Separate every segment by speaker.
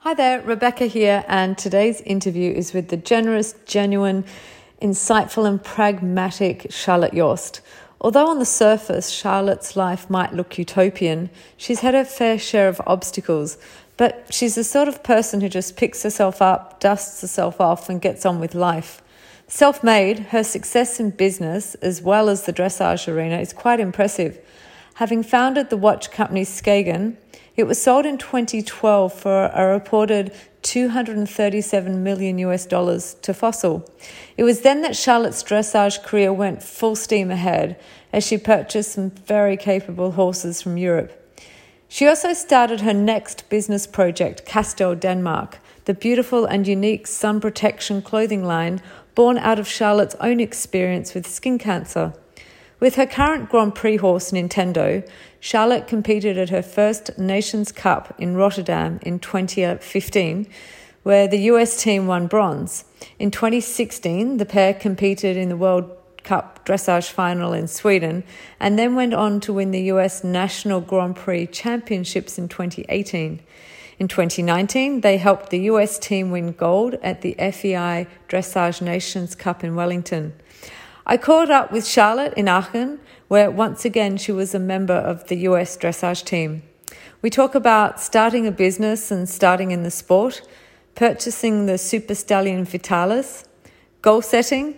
Speaker 1: Hi there, Rebecca here, and today's interview is with the generous, genuine, insightful, and pragmatic Charlotte Yost. Although on the surface Charlotte's life might look utopian, she's had her fair share of obstacles, but she's the sort of person who just picks herself up, dusts herself off, and gets on with life. Self made, her success in business, as well as the dressage arena, is quite impressive. Having founded the watch company Skagen, it was sold in 2012 for a reported 237 million US dollars to Fossil. It was then that Charlotte's dressage career went full steam ahead as she purchased some very capable horses from Europe. She also started her next business project, Castel Denmark, the beautiful and unique sun protection clothing line born out of Charlotte's own experience with skin cancer. With her current Grand Prix horse Nintendo, Charlotte competed at her first Nations Cup in Rotterdam in 2015, where the US team won bronze. In 2016, the pair competed in the World Cup dressage final in Sweden and then went on to win the US National Grand Prix Championships in 2018. In 2019, they helped the US team win gold at the FEI Dressage Nations Cup in Wellington. I caught up with Charlotte in Aachen, where once again she was a member of the US dressage team. We talk about starting a business and starting in the sport, purchasing the super stallion Vitalis, goal setting,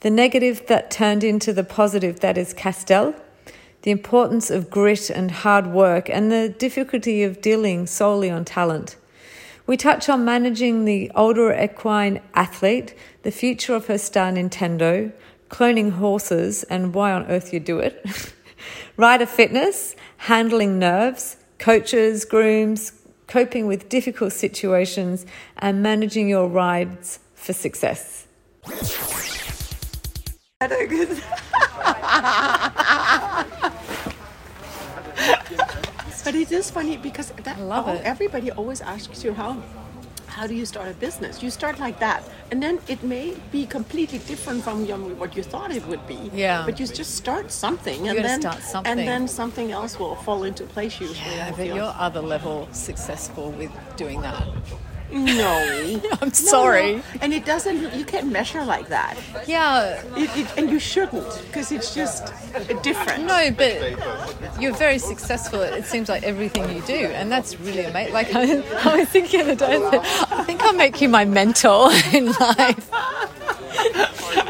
Speaker 1: the negative that turned into the positive that is Castell, the importance of grit and hard work, and the difficulty of dealing solely on talent. We touch on managing the older equine athlete, the future of her star Nintendo, cloning horses and why on earth you do it, rider fitness, handling nerves, coaches, grooms, coping with difficult situations, and managing your rides for success.
Speaker 2: But it is funny because that,
Speaker 1: love
Speaker 2: oh,
Speaker 1: it.
Speaker 2: everybody always asks you how how do you start a business? You start like that, and then it may be completely different from your, what you thought it would be.
Speaker 1: Yeah.
Speaker 2: But you just start something, and
Speaker 1: gotta
Speaker 2: then
Speaker 1: start something.
Speaker 2: and then something else will fall into place. Usually, I
Speaker 3: Yeah, but
Speaker 2: feel.
Speaker 3: you're other level successful with doing that.
Speaker 2: no.
Speaker 3: I'm
Speaker 2: No,
Speaker 3: sorry.
Speaker 2: no. And it doesn't. You can't measure like that.
Speaker 3: Yeah,
Speaker 2: It, it, and you shouldn't, because it's just different.
Speaker 3: no, but you're very successful. at- It seems like everything you do, and that's really amazing. Like I, I was thinking the other day, I said, I think I'll make you my mentor in life.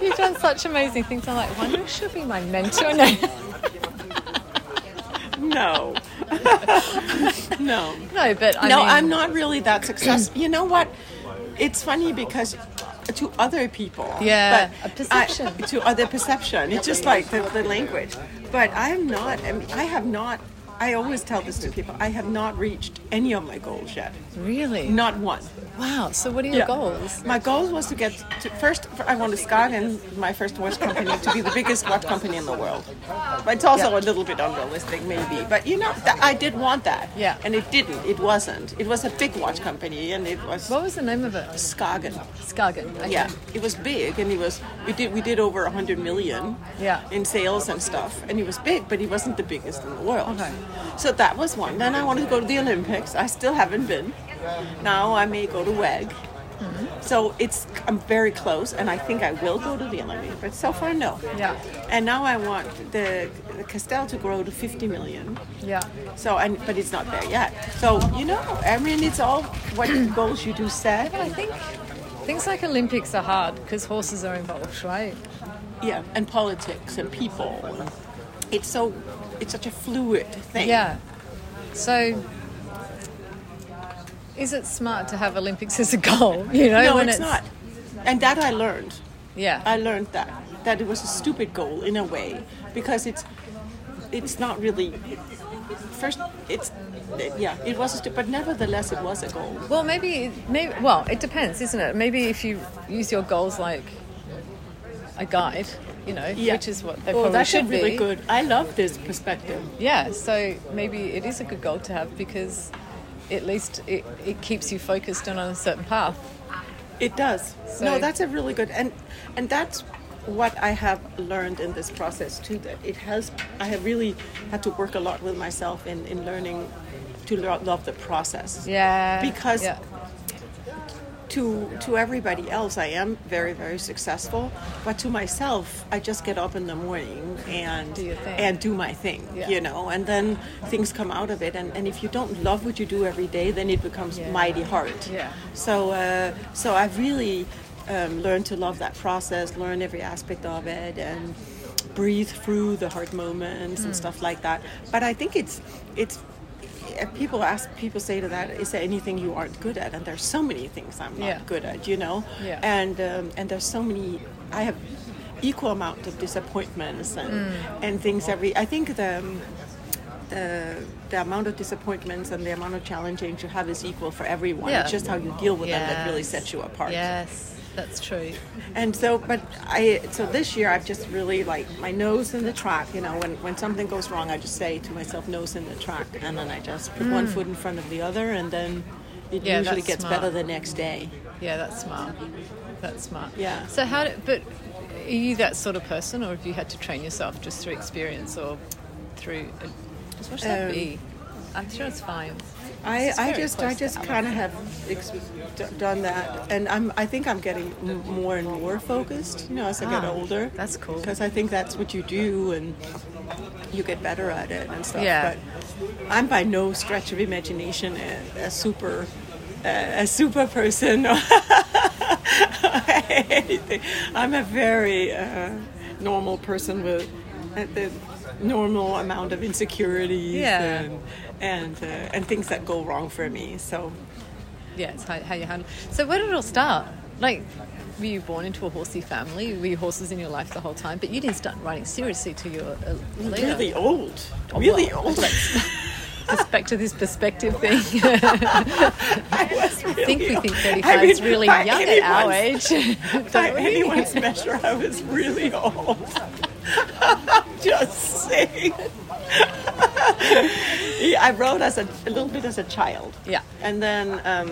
Speaker 3: You've done such amazing things. I'm like, wonder if she'll be my mentor.
Speaker 2: No.
Speaker 3: No,
Speaker 2: no.
Speaker 3: no but I
Speaker 2: no,
Speaker 3: mean,
Speaker 2: I'm not really that successful. you know what? It's funny because to other people,
Speaker 3: Yeah,
Speaker 2: but
Speaker 3: a perception.
Speaker 2: I- to other perception, it's just like the, the language. But I'm not. I, mean, I have not. I always tell this to people. I have not reached any of my goals yet.
Speaker 3: really.
Speaker 2: Not one.
Speaker 3: Wow. So what are your
Speaker 2: Yeah.
Speaker 3: goals?
Speaker 2: My goal was to get to, first. I wanted Scotland, my first watch company, to be the biggest watch company in the world. But it's also a little bit unrealistic, maybe. But you know, th- I did want that.
Speaker 3: Yeah.
Speaker 2: And it didn't. It wasn't. It was a big watch company, and it was
Speaker 3: What was the name of it?
Speaker 2: Skagen.
Speaker 3: Skagen. Okay.
Speaker 2: Yeah, it was big, and it was we did we did over hundred million.
Speaker 3: Yeah.
Speaker 2: In sales and stuff, and he was big, but he wasn't the biggest in the world.
Speaker 3: Okay.
Speaker 2: So that was one. Then I wanted to go to the Olympics. I still haven't been. Now I may go to WEG.
Speaker 3: Mm-hmm.
Speaker 2: So it's I'm very close, and I think I will go to the Olympics. But so far, no.
Speaker 3: Yeah.
Speaker 2: And now I want the, the Castell to grow to 50 million.
Speaker 3: Yeah.
Speaker 2: So and but it's not there yet. So you know, I mean, it's all what goals you do set.
Speaker 3: I think things like Olympics are hard because horses are involved, right?
Speaker 2: yeah and politics and people and it's so it's such a fluid thing
Speaker 3: Yeah. So, is it smart to have Olympics as a goal? You know,
Speaker 2: no
Speaker 3: when
Speaker 2: it's, not and that i learned
Speaker 3: Yeah.
Speaker 2: i learned that that it was a stupid goal in a way because it's it's not really first it's yeah it was a stupid but nevertheless it was a goal
Speaker 3: well, maybe, maybe. Well, it depends, isn't it? Maybe if you use your goals like a guide, you know,
Speaker 2: yeah
Speaker 3: which is what they
Speaker 2: well
Speaker 3: probably
Speaker 2: that's
Speaker 3: should
Speaker 2: a really
Speaker 3: be.
Speaker 2: good i love this perspective
Speaker 3: Yeah. So maybe it is a good goal to have because at least it, it keeps you focused and on a certain path.
Speaker 2: It does.
Speaker 3: So-
Speaker 2: no, that's a really good and and that's what I have learned in this process too. That it has I have really had to work a lot with myself in in learning to lo- love the process.
Speaker 3: Yeah.
Speaker 2: Because
Speaker 3: yeah.
Speaker 2: to to everybody else i am very very successful but to myself i just get up in the morning and
Speaker 3: Do your thing.
Speaker 2: and do my thing
Speaker 3: Yeah.
Speaker 2: you know and then things come out of it and, and if you don't love what you do every day then it becomes
Speaker 3: Yeah.
Speaker 2: mighty hard
Speaker 3: Yeah.
Speaker 2: so uh, so i've really um, learned to love that process learn every aspect of it and breathe through the hard moments
Speaker 3: Hmm.
Speaker 2: and stuff like that but i think it's it's uh, people ask people say to that is there anything you aren't good at and there's so many things i'm not
Speaker 3: Yeah.
Speaker 2: good at you know
Speaker 3: Yeah.
Speaker 2: and um, and there's so many i have equal amount of disappointments and
Speaker 3: Hmm.
Speaker 2: and things every i think the um, the, the amount of disappointments and the amount of challenges you have is equal for everyone.
Speaker 3: Yeah.
Speaker 2: It's just how you deal with them that really
Speaker 3: Yes.
Speaker 2: sets you apart.
Speaker 3: Yes, that's true.
Speaker 2: And so, but I, so this year I've just really like my nose in the track, you know, when, when something goes wrong, I just say to myself, nose in the track. And then I just put one foot in front of the other and then it
Speaker 3: Hmm. Yeah,
Speaker 2: usually
Speaker 3: that's
Speaker 2: gets
Speaker 3: smart.
Speaker 2: better the next day.
Speaker 3: Yeah, that's smart. That's smart.
Speaker 2: Yeah.
Speaker 3: So how? Do, but are you that sort of person, or have you had to train yourself just through experience or through? Just what should that
Speaker 2: Um,
Speaker 3: be? I'm sure it's fine.
Speaker 2: I,
Speaker 3: It's
Speaker 2: I
Speaker 3: very
Speaker 2: just
Speaker 3: close
Speaker 2: I
Speaker 3: to
Speaker 2: just
Speaker 3: Ellen.
Speaker 2: kind of have ex- d- done that, and I'm I think I'm getting m- more and more focused, you know, as I get
Speaker 3: Ah,
Speaker 2: older.
Speaker 3: that's cool.
Speaker 2: Because I think that's what you do, and you get better at it and stuff.
Speaker 3: Yeah.
Speaker 2: But I'm by no stretch of imagination a, a super a, a super person or anything. I'm a very uh, normal person with uh, the normal amount of insecurities
Speaker 3: Yeah.
Speaker 2: and and uh, and things that go wrong for me. So
Speaker 3: Yeah, it's how, how you handle. So where did it all start? Like, were you born into a horsey family? Were you horses in your life the whole time? But you didn't start riding seriously till you were uh, later.
Speaker 2: really old, really
Speaker 3: well,
Speaker 2: old.
Speaker 3: Just back to this perspective thing.
Speaker 2: I was really
Speaker 3: I think we think
Speaker 2: old.
Speaker 3: 35
Speaker 2: I
Speaker 3: is
Speaker 2: mean,
Speaker 3: really
Speaker 2: by
Speaker 3: young at our
Speaker 2: anyone's-
Speaker 3: age.
Speaker 2: By
Speaker 3: don't we?
Speaker 2: anyone's measure, I was really old. I'm just saying. Yeah, I rode as a, a little bit as a child.
Speaker 3: Yeah.
Speaker 2: And then, um,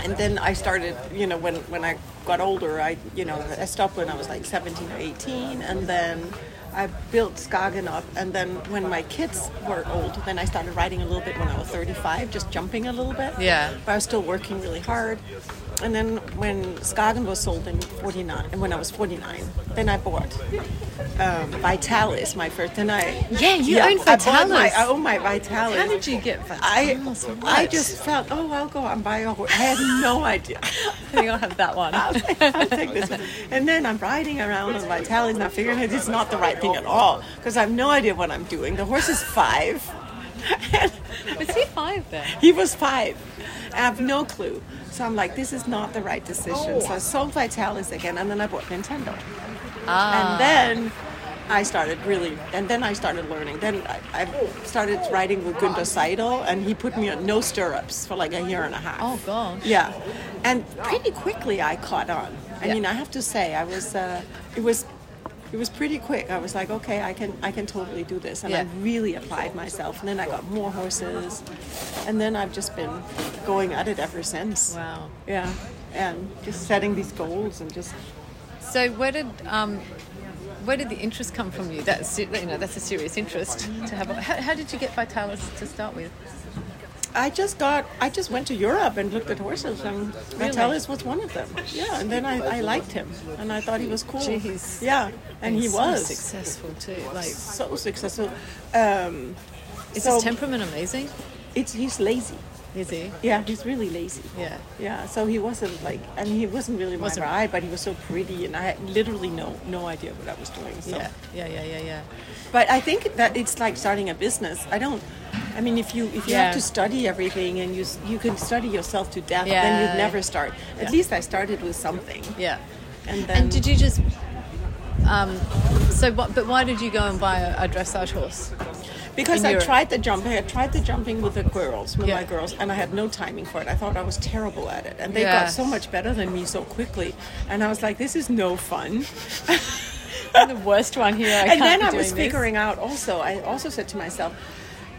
Speaker 2: and then I started. You know, when when I got older, I you know I stopped when I was like 17 or 18, and then. I built Skagen up, and then when my kids were old, then I started riding a little bit when I was 35, just jumping a little bit
Speaker 3: Yeah.
Speaker 2: but I was still working really hard. And then when Skagen was sold in 49, and when I was 49, then I bought um, Vitalis, my first. Then I
Speaker 3: Yeah, you own
Speaker 2: I bought my-
Speaker 3: Vitalis.
Speaker 2: I own Oh, my Vitalis.
Speaker 3: How did you get that?
Speaker 2: I
Speaker 3: Oh,
Speaker 2: I
Speaker 3: right.
Speaker 2: just felt oh I'll go out and buy a horse. I had no idea.
Speaker 3: You'll have that one.
Speaker 2: I'll take this. one. And then I'm riding around on Vitalis and I'm figuring out it's not the right thing at all because I have no idea what I'm doing. The horse is five.
Speaker 3: Is he five then?
Speaker 2: He was five. I have no clue. So I'm like, this is not the right decision. So I sold Vitalis again, and then I bought Nintendo. And then I started really, and then I started learning. Then I, I started riding with Gunther Seidel, and he put me on no stirrups for like a year and a half.
Speaker 3: Oh, gosh.
Speaker 2: Yeah, and pretty quickly I caught on. I
Speaker 3: Yeah.
Speaker 2: mean, I have to say, I was, uh, it was. It was pretty quick. I was like, okay, I can, I can totally do this, and I
Speaker 3: Yeah.
Speaker 2: really applied myself. And then I got more horses, and then I've just been going at it ever since.
Speaker 3: Wow.
Speaker 2: Yeah, and just setting these goals and just
Speaker 3: So where did um, where did the interest come from you? That's se- you know that's a serious interest to have. A, how, how did you get Vitalis to start with?
Speaker 2: I just got. I just went to Europe and looked at horses, and Vitalis was one of them. Yeah, and then I, I liked him, and I thought he was cool.
Speaker 3: Jeez.
Speaker 2: Yeah, and he
Speaker 3: so
Speaker 2: was
Speaker 3: successful too. Like
Speaker 2: so successful. Um,
Speaker 3: is
Speaker 2: so
Speaker 3: his temperament amazing?
Speaker 2: it's he's lazy.
Speaker 3: Is he?
Speaker 2: Yeah, he's really lazy.
Speaker 3: Yeah.
Speaker 2: Yeah, so he wasn't like, and he wasn't really my
Speaker 3: Wasn't-
Speaker 2: ride, but he was so pretty, and I had literally no no idea what I was doing. So.
Speaker 3: Yeah. Yeah. Yeah. Yeah. Yeah.
Speaker 2: But I think that it's like starting a business. I don't. I mean, if you if you
Speaker 3: Yeah.
Speaker 2: have to study everything and you s- you can study yourself to death, then
Speaker 3: Yeah.
Speaker 2: you'd never start. At
Speaker 3: Yeah.
Speaker 2: least I started with something.
Speaker 3: Yeah.
Speaker 2: And then
Speaker 3: And did you just? Um, so, what, but why did you go and buy a, a dressage horse?
Speaker 2: because
Speaker 3: in
Speaker 2: I
Speaker 3: Europe?
Speaker 2: tried the jumping, I tried the jumping with the girls, with
Speaker 3: Yeah.
Speaker 2: my girls, and I had no timing for it. I thought I was terrible at it, and they
Speaker 3: Yeah.
Speaker 2: got so much better than me so quickly. And I was like, this is no fun.
Speaker 3: I'm the worst one here. I
Speaker 2: and
Speaker 3: can't
Speaker 2: then
Speaker 3: be
Speaker 2: I
Speaker 3: doing
Speaker 2: was
Speaker 3: this.
Speaker 2: figuring out also. I also said to myself,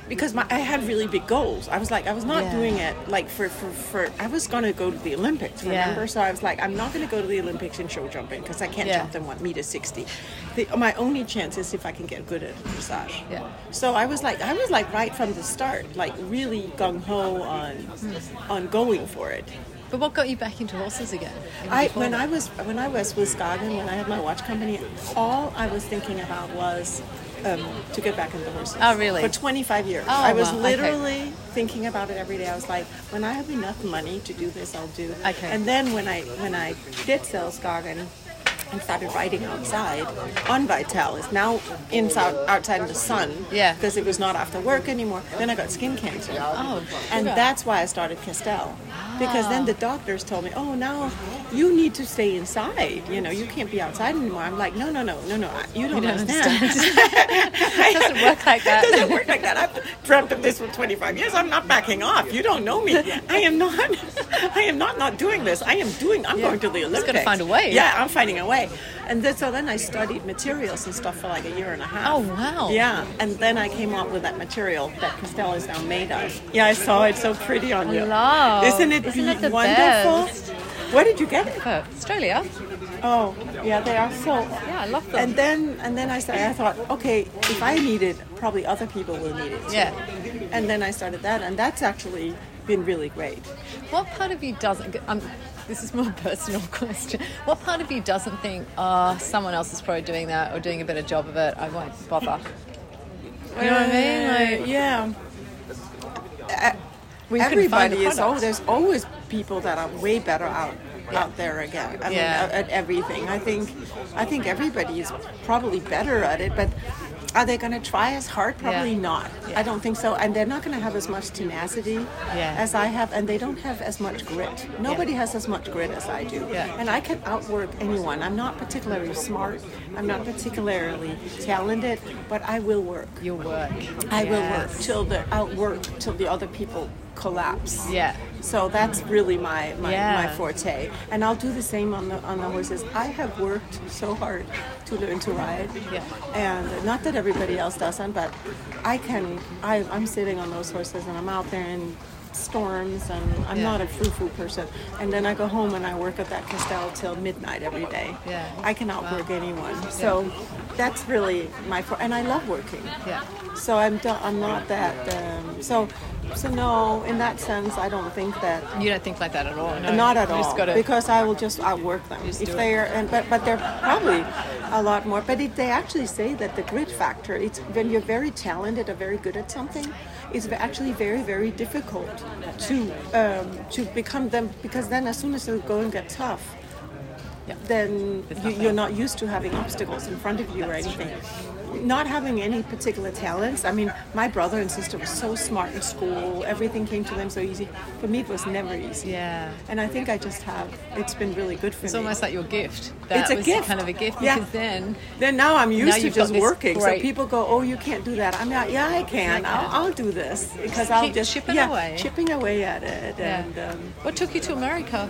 Speaker 2: because my, I had really big goals. I was like, I was not
Speaker 3: Yeah.
Speaker 2: doing it like for, for, for I was going to go to the Olympics,
Speaker 3: Yeah.
Speaker 2: remember? So I was like, I'm not going to go to the Olympics in show jumping because I can't
Speaker 3: Yeah.
Speaker 2: jump them one meter 60. The, my only chance is if I can get good at dressage.
Speaker 3: Yeah.
Speaker 2: So I was like, I was like right from the start, like really gung ho on, on going for it.
Speaker 3: But what got you back into horses again? even
Speaker 2: I,
Speaker 3: before
Speaker 2: when
Speaker 3: that?
Speaker 2: I was when I was with Skagen, when I had my watch company, all I was thinking about was um, to get back into horses.
Speaker 3: Oh, really?
Speaker 2: For 25 years,
Speaker 3: Oh,
Speaker 2: I was
Speaker 3: wow, okay.
Speaker 2: literally thinking about it every day. I was like, when I have enough money to do this, I'll do.
Speaker 3: Okay.
Speaker 2: And then when I when I did sell Skagen. And started riding outside on Vitalis. Now inside outside in the sun.
Speaker 3: Yeah.
Speaker 2: Because it was not after work anymore. Then I got skin cancer.
Speaker 3: Oh,
Speaker 2: And
Speaker 3: sugar.
Speaker 2: that's why I started Castell. Because then the doctors told me, oh, now you need to stay inside. You know, you can't be outside anymore. I'm like, no, no, no, no, no. I- You don't,
Speaker 3: don't
Speaker 2: understand.
Speaker 3: It doesn't work like that.
Speaker 2: it doesn't work like that. I've dreamt of this for 25 years. I'm not backing off. You don't know me. I am not. I am not not doing this. I am doing. I'm going to the Olympics.
Speaker 3: gotta find a way.
Speaker 2: Yeah, I'm finding a way. And then, so then I studied materials and stuff for like a year and a half.
Speaker 3: Oh, wow.
Speaker 2: Yeah, and then I came up with that material that Castell is now made of. Yeah, I saw it so pretty on you.
Speaker 3: Love.
Speaker 2: Isn't it,
Speaker 3: Isn't it the
Speaker 2: wonderful? Where did you get it?
Speaker 3: Oh, Australia.
Speaker 2: Oh, yeah, they are so.
Speaker 3: Yeah, I love them.
Speaker 2: And then and then I started, I thought, okay, if I need it, probably other people will need it. too.
Speaker 3: Yeah.
Speaker 2: And then I started that, and that's actually been really great.
Speaker 3: What part of you doesn't? Um, this is more a personal question. What part of you doesn't think, oh, someone else is probably doing that or doing a better job of it? I won't bother. You know what I mean? Like,
Speaker 2: yeah.
Speaker 3: we couldn't find
Speaker 2: Everybody
Speaker 3: the
Speaker 2: is. Oh,
Speaker 3: product.
Speaker 2: there's always people that are way better out out there again. I mean,
Speaker 3: Yeah.
Speaker 2: at, at everything. I think, I think everybody is probably better at it, but. Are they going to try as hard? Probably
Speaker 3: Yeah.
Speaker 2: not. I don't think so. And they're not going to have as much tenacity
Speaker 3: Yeah.
Speaker 2: as I have, and they don't have as much grit. Nobody has as much grit as I do.
Speaker 3: Yeah.
Speaker 2: And I can outwork anyone. I'm not particularly smart. I'm not particularly talented, but I will work.
Speaker 3: Your work.
Speaker 2: I will work
Speaker 3: Yes.
Speaker 2: till the outwork till the other people collapse.
Speaker 3: Yeah.
Speaker 2: So that's really my my,
Speaker 3: Yeah.
Speaker 2: my forte, and I'll do the same on the on the horses. I have worked so hard to learn to ride,
Speaker 3: Yeah.
Speaker 2: and not that everybody else doesn't, but I can. I, I'm sitting on those horses, and I'm out there in storms, and I'm
Speaker 3: Yeah.
Speaker 2: not a frou-frou person. And then I go home and I work at that Castell till midnight every day.
Speaker 3: Yeah.
Speaker 2: I can outwork anyone. So that's really my for, and I love working.
Speaker 3: Yeah.
Speaker 2: So I'm do- I'm not that. Um, so so no, in that sense, I don't think that.
Speaker 3: You don't think like that at all. No.
Speaker 2: Not at
Speaker 3: You
Speaker 2: all,
Speaker 3: Just gotta,
Speaker 2: because I will just outwork them
Speaker 3: Just do
Speaker 2: if
Speaker 3: it.
Speaker 2: they are, and, but but they're probably a lot more. But it, they actually say that the grit factor. It's when you're very talented or very good at something, it's ve- actually very very difficult to um, to become them because then as soon as the going gets tough,
Speaker 3: Yeah.
Speaker 2: then
Speaker 3: It's
Speaker 2: you,
Speaker 3: not
Speaker 2: you're not used to having obstacles in front of you or anything. Not having any particular talents. I mean, my brother and sister were so smart in school. Everything came to them so easy. For me, it was never easy.
Speaker 3: Yeah.
Speaker 2: And I think I just have. It's been really good for
Speaker 3: It's
Speaker 2: me.
Speaker 3: almost like your gift. That
Speaker 2: It's a
Speaker 3: was
Speaker 2: gift.
Speaker 3: kind of a gift
Speaker 2: Yeah.
Speaker 3: because then
Speaker 2: then now I'm used
Speaker 3: Now
Speaker 2: to
Speaker 3: you've got
Speaker 2: just
Speaker 3: this
Speaker 2: working. So
Speaker 3: great-
Speaker 2: people go, "Oh, you can't do that." I'm like, "Yeah, I can. I'll, I'll do this because I'll
Speaker 3: keep
Speaker 2: just
Speaker 3: chipping
Speaker 2: yeah,
Speaker 3: away.
Speaker 2: chipping away at it."
Speaker 3: Yeah.
Speaker 2: And um,
Speaker 3: what took you to America?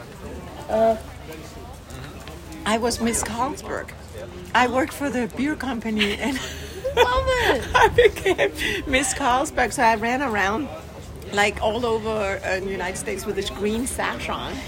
Speaker 2: I was Miss Carlsberg. I worked for the beer company and.
Speaker 3: Love it.
Speaker 2: I became Miss Carlsberg. So I ran around like all over uh, the United States with this green sash on.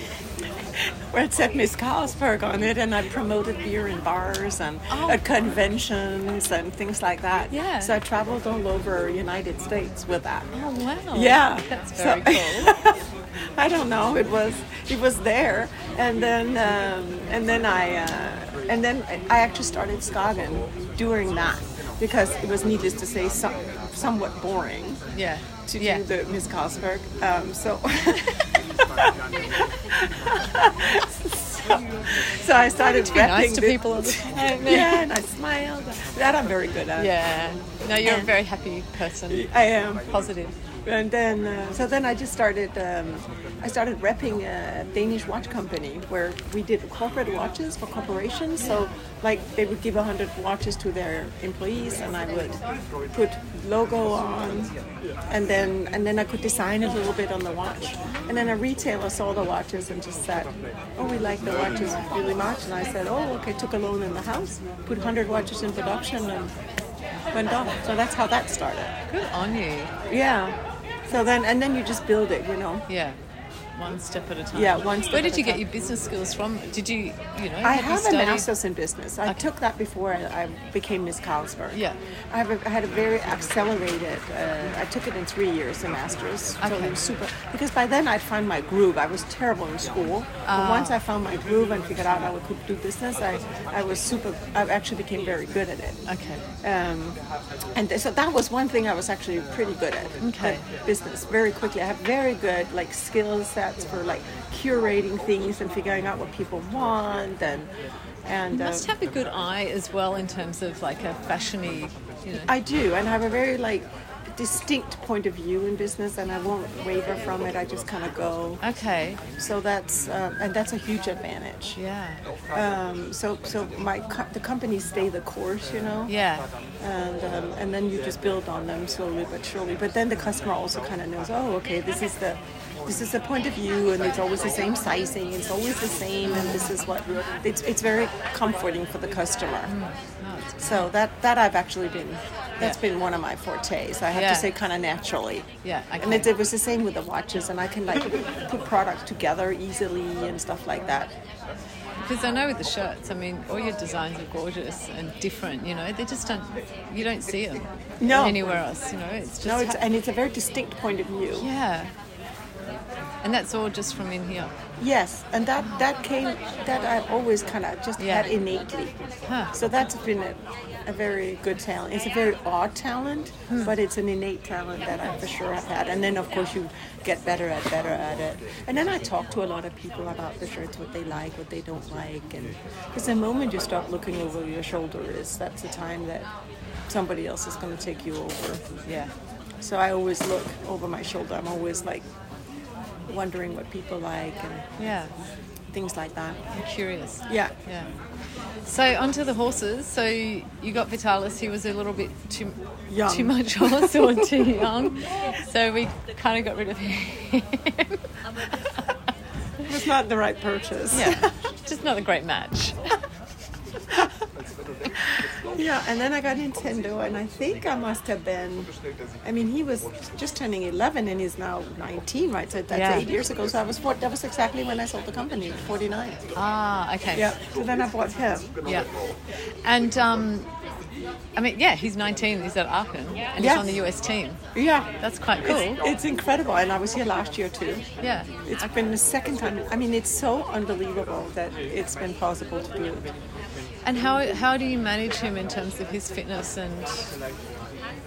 Speaker 2: Where it said Miss Carlsberg on it, and I promoted beer in bars and
Speaker 3: Oh.
Speaker 2: at conventions and things like that.
Speaker 3: Yeah.
Speaker 2: So I traveled all over United States with that.
Speaker 3: Oh wow.
Speaker 2: Yeah.
Speaker 3: That's
Speaker 2: So-
Speaker 3: very cool.
Speaker 2: I don't know. It was it was there, and then um, and then I uh, and then I actually started Skagen during that because it was needless to say some, somewhat boring
Speaker 3: Yeah.
Speaker 2: to
Speaker 3: yeah.
Speaker 2: do the Miss Carlsberg. Um, so. so, so I started
Speaker 3: be nice
Speaker 2: repping
Speaker 3: to
Speaker 2: the-
Speaker 3: people all the time.
Speaker 2: yeah, and I smiled. That I'm very good at.
Speaker 3: Yeah. No, you're a
Speaker 2: And-
Speaker 3: very happy person.
Speaker 2: I am.
Speaker 3: Positive.
Speaker 2: and then uh, so then I just started um, I started repping a Danish watch company where we did corporate watches for corporations. So like they would give hundred watches to their employees, and I would put logo on, and then and then I could design a little bit on the watch. And then a retailer saw the watches and just said, "Oh, we like the watches really much." And I said, "Oh, okay." Took a loan in the house, put hundred watches in production, and went on. So that's how that started.
Speaker 3: Good on you.
Speaker 2: Yeah. So then, and then you just build it, you know.
Speaker 3: Yeah. one step at a time.
Speaker 2: Yeah, one step
Speaker 3: Where did
Speaker 2: at
Speaker 3: you
Speaker 2: a
Speaker 3: get
Speaker 2: time.
Speaker 3: your business skills from? Did you, you know,
Speaker 2: I
Speaker 3: have you
Speaker 2: have a
Speaker 3: studied-
Speaker 2: master's in business. I took that before I, I became Miss Carlsberg.
Speaker 3: Yeah.
Speaker 2: I, have a, I had a very accelerated. Uh, I took it in three years, a master's. So
Speaker 3: Okay.
Speaker 2: it was super. Because by then I'd found my groove. I was terrible in school, but
Speaker 3: Ah.
Speaker 2: once I found my groove and figured out I could do business, I, I was super. I actually became very good at it.
Speaker 3: Okay.
Speaker 2: Um, and th- so that was one thing I was actually pretty good at.
Speaker 3: Okay.
Speaker 2: at business very quickly. I have very good like skill sets for like curating things and figuring out what people want and and uh,
Speaker 3: Must have a good eye as well in terms of like a fashiony, you know.
Speaker 2: I do and I have a very like distinct point of view in business and I won't waver from it. I just kind of go.
Speaker 3: Okay.
Speaker 2: So that's uh, and that's a huge advantage.
Speaker 3: Yeah.
Speaker 2: Um, so so my co- the companies stay the course, you know.
Speaker 3: Yeah.
Speaker 2: and um, and then you just build on them slowly but surely. But then the customer also kind of knows, oh, okay, this is the this is the point of view, and it's always the same sizing, it's always the same, and this is what it's it's very comforting for the customer.
Speaker 3: Mm,
Speaker 2: So that that I've actually been that's
Speaker 3: Yeah.
Speaker 2: been one of my fortes. I have
Speaker 3: Yeah.
Speaker 2: to say, kind of naturally.
Speaker 3: Yeah, I
Speaker 2: and it,
Speaker 3: can-
Speaker 2: it was the same with the watches, and I can like put product together easily and stuff like that.
Speaker 3: Because I know with the shirts, I mean, all your designs are gorgeous and different. You know, they just don't. You don't see them
Speaker 2: No.
Speaker 3: anywhere else. You know, it's just
Speaker 2: No, it's
Speaker 3: ha-
Speaker 2: and it's a very distinct point of view.
Speaker 3: yeah. And that's all just from in here.
Speaker 2: Yes, and that that came that I always kind of just
Speaker 3: Yeah.
Speaker 2: had innately.
Speaker 3: Huh.
Speaker 2: So that's been a, a very good talent. It's a very odd talent,
Speaker 3: Hmm.
Speaker 2: but it's an innate talent that I for sure have had. And then of course you get better at better at it. And then I talk to a lot of people about the shirts, what they like, what they don't like, and because the moment you stop looking over your shoulder is that's the time that somebody else is going to take you over.
Speaker 3: Yeah.
Speaker 2: So I always look over my shoulder. I'm always like wondering what people like and
Speaker 3: Yeah.
Speaker 2: things like that.
Speaker 3: I'm curious.
Speaker 2: Yeah.
Speaker 3: Yeah. So onto the horses. So you got Vitalis. He was a little bit too
Speaker 2: Young.
Speaker 3: too much horse or too young. So we kind of got rid of him.
Speaker 2: It was not the right purchase.
Speaker 3: yeah. Just not a great match.
Speaker 2: Yeah, and then I got Nintendo, and I think I must have been. I mean, he was just turning 11 and he's now 19, right? So that's
Speaker 3: Yeah.
Speaker 2: eight years ago. So I was four, that was exactly when I sold the company, 49.
Speaker 3: Ah. Okay.
Speaker 2: Yeah, so then I bought him.
Speaker 3: Yeah. And um, I mean, yeah, he's 19. He's at Aachen, and he's
Speaker 2: Yes.
Speaker 3: on the US team.
Speaker 2: Yeah.
Speaker 3: That's quite cool.
Speaker 2: It's, it's incredible, and I was here last year too.
Speaker 3: Yeah.
Speaker 2: It's been the second time. I mean, it's so unbelievable that it's been possible to do it.
Speaker 3: And how how do you manage him in terms of his fitness and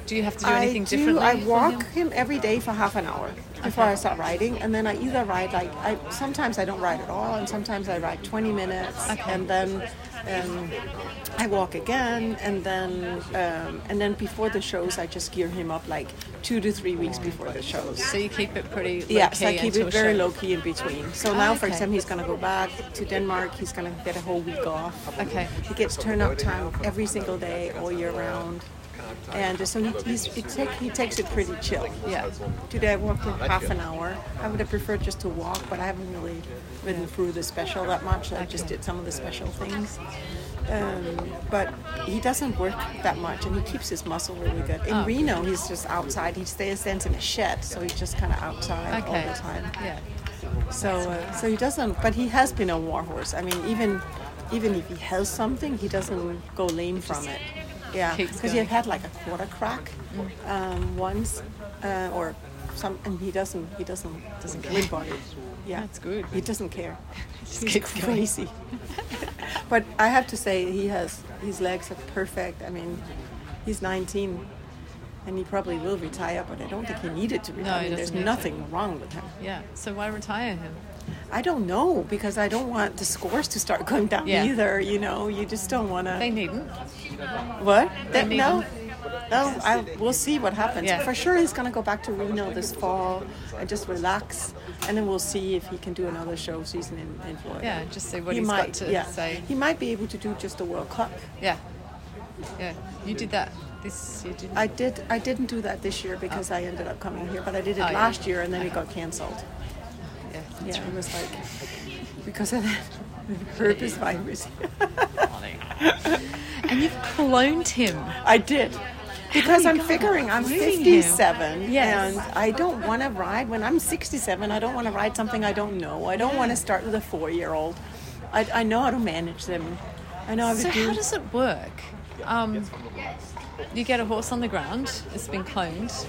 Speaker 3: do you have to do anything
Speaker 2: I do,
Speaker 3: differently?
Speaker 2: I
Speaker 3: for
Speaker 2: walk
Speaker 3: him?
Speaker 2: him? every day for half an hour before I start riding, and then I either ride like I sometimes I don't ride at all, and sometimes I ride 20 minutes, and then um, I walk again, and then um, and then before the shows I just gear him up like two to three weeks before the shows.
Speaker 3: So you keep it pretty. Low
Speaker 2: Yeah, so I
Speaker 3: key
Speaker 2: keep
Speaker 3: until
Speaker 2: it very
Speaker 3: show. Ah,
Speaker 2: low key in between. So now, for
Speaker 3: okay.
Speaker 2: example, he's going to go back to Denmark. He's going to get a whole week off.
Speaker 3: Okay.
Speaker 2: He gets turn up time every single day, all year round. And so he, he's, he, take, he takes it pretty chill.
Speaker 3: Yeah.
Speaker 2: Today I walked for half an hour. I would have preferred just to walk, but I haven't really ridden through the special that much. I just did some of the special things. Um, but he doesn't work that much and he keeps his muscle really good. In Reno, he's just outside. He stays, stands in a shed, so he's just kind of outside
Speaker 3: Okay.
Speaker 2: all the time.
Speaker 3: Yeah.
Speaker 2: So, uh, so he doesn't. But he has been a warhorse. I mean, even even if he has something, he doesn't go lame from it. Yeah,
Speaker 3: keeps
Speaker 2: because he
Speaker 3: going.
Speaker 2: had like a quarter crack um, once, uh, or some, and he doesn't. He doesn't doesn't care. limp on it. Yeah,
Speaker 3: That's good.
Speaker 2: He doesn't care. He's
Speaker 3: keeps going.
Speaker 2: crazy. but I have to say, he has his legs are perfect. I mean, he's 19. And he probably will retire, but I don't think he needed to retire.
Speaker 3: he
Speaker 2: I mean,
Speaker 3: doesn't
Speaker 2: there's
Speaker 3: need to.
Speaker 2: nothing wrong with him.
Speaker 3: Yeah. So why retire him?
Speaker 2: I don't know because I don't want the scores to start going down
Speaker 3: Yeah.
Speaker 2: either. You know, you just don't want
Speaker 3: They
Speaker 2: to.
Speaker 3: needn't.
Speaker 2: What?
Speaker 3: they
Speaker 2: That-
Speaker 3: need
Speaker 2: no,
Speaker 3: them.
Speaker 2: no. I, we'll see what happens.
Speaker 3: Yeah.
Speaker 2: For sure, he's gonna go back to Reno this fall and just relax, and then we'll see if he can do another show season in, in Florida.
Speaker 3: Yeah. Just see what
Speaker 2: he
Speaker 3: has
Speaker 2: might.
Speaker 3: got to
Speaker 2: yeah,
Speaker 3: say.
Speaker 2: he might be able to do just the World Cup.
Speaker 3: Yeah. Yeah. You did that this year, didn't you?
Speaker 2: I did. I didn't do that this year because I ended up coming here, but I did it
Speaker 3: Oh, yeah.
Speaker 2: last year, and then it got canceled.
Speaker 3: yeah.
Speaker 2: Yeah, it was like because of that herpes virus.
Speaker 3: And you've cloned him.
Speaker 2: I did. because
Speaker 3: you
Speaker 2: I'm
Speaker 3: got
Speaker 2: figuring I'm
Speaker 3: really
Speaker 2: 57
Speaker 3: Yes.
Speaker 2: and I don't want to ride when I'm 67. I don't want to ride something I don't know. I don't want to start with a four-year-old. I, I know how to manage them. I know how
Speaker 3: So
Speaker 2: to do.
Speaker 3: how does it work? Um, you get a horse on the ground. It's been cloned.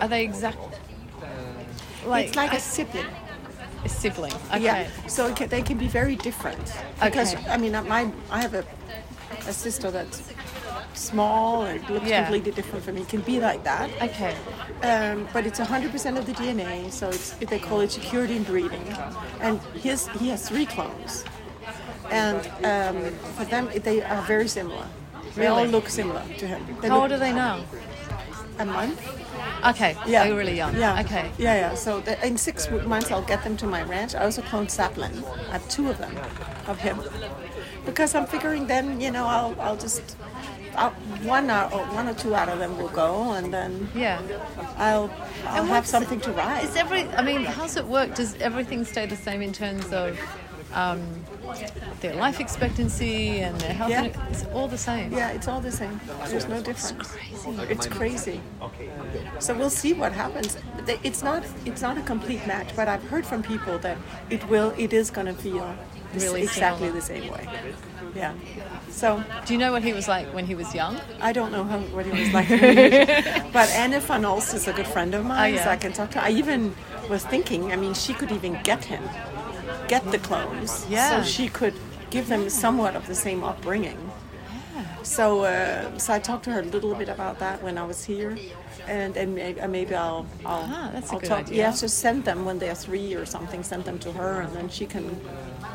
Speaker 3: Are they exact? Like,
Speaker 2: it's like
Speaker 3: a,
Speaker 2: a sibling.
Speaker 3: sibling. Okay.
Speaker 2: Yeah. So it can, they can be very different because
Speaker 3: Okay.
Speaker 2: I mean uh, my I have a a sister that's small and looks
Speaker 3: Yeah.
Speaker 2: completely different from me. Can be like that.
Speaker 3: Okay.
Speaker 2: Um, but it's 100% of the DNA, so it's, they call it security in breeding. And his, he has three clones. And um, for them, they are very similar. They all
Speaker 3: Really?
Speaker 2: look similar to him. They
Speaker 3: How
Speaker 2: look
Speaker 3: old are they now?
Speaker 2: A month?
Speaker 3: Okay.
Speaker 2: Yeah.
Speaker 3: They're really young.
Speaker 2: Yeah.
Speaker 3: Okay.
Speaker 2: Yeah, yeah. So the, in six w- months, I'll get them to my ranch. I also clone sapling. I have two of them of him. Because I'm figuring then, you know, I'll, I'll just. I'll, one, or, or one or two out of them will go, and then
Speaker 3: Yeah.
Speaker 2: I'll, I'll have
Speaker 3: what's-
Speaker 2: something to ride.
Speaker 3: Is every? I mean, how's it work? Does everything stay the same in terms of? Um, their life expectancy and their health,
Speaker 2: Yeah.
Speaker 3: and it's all the same.
Speaker 2: Yeah, it's all the same. There's no difference. It's crazy. So we'll see what happens. They- It's not. It's not a complete match, but I've heard from people that it will. It is going to feel this-
Speaker 3: Really
Speaker 2: exactly
Speaker 3: similar.
Speaker 2: the same way. Yeah. So
Speaker 3: Do you know what he was like when he was young?
Speaker 2: I don't know how, what he was like, but Anna van Olst is a good friend of mine,
Speaker 3: Oh, yeah.
Speaker 2: so I can talk to. her. I even was thinking. I mean, she could even get him, get the clones,
Speaker 3: Yeah.
Speaker 2: so she could give them somewhat of the same upbringing. So, uh, so I talked to her a little bit about that when I was here, and and maybe, maybe I'll I'll,
Speaker 3: Ah, that's a
Speaker 2: I'll
Speaker 3: good
Speaker 2: talk.
Speaker 3: idea.
Speaker 2: Yeah, so send them when they are three or something. Send them to her, and then she can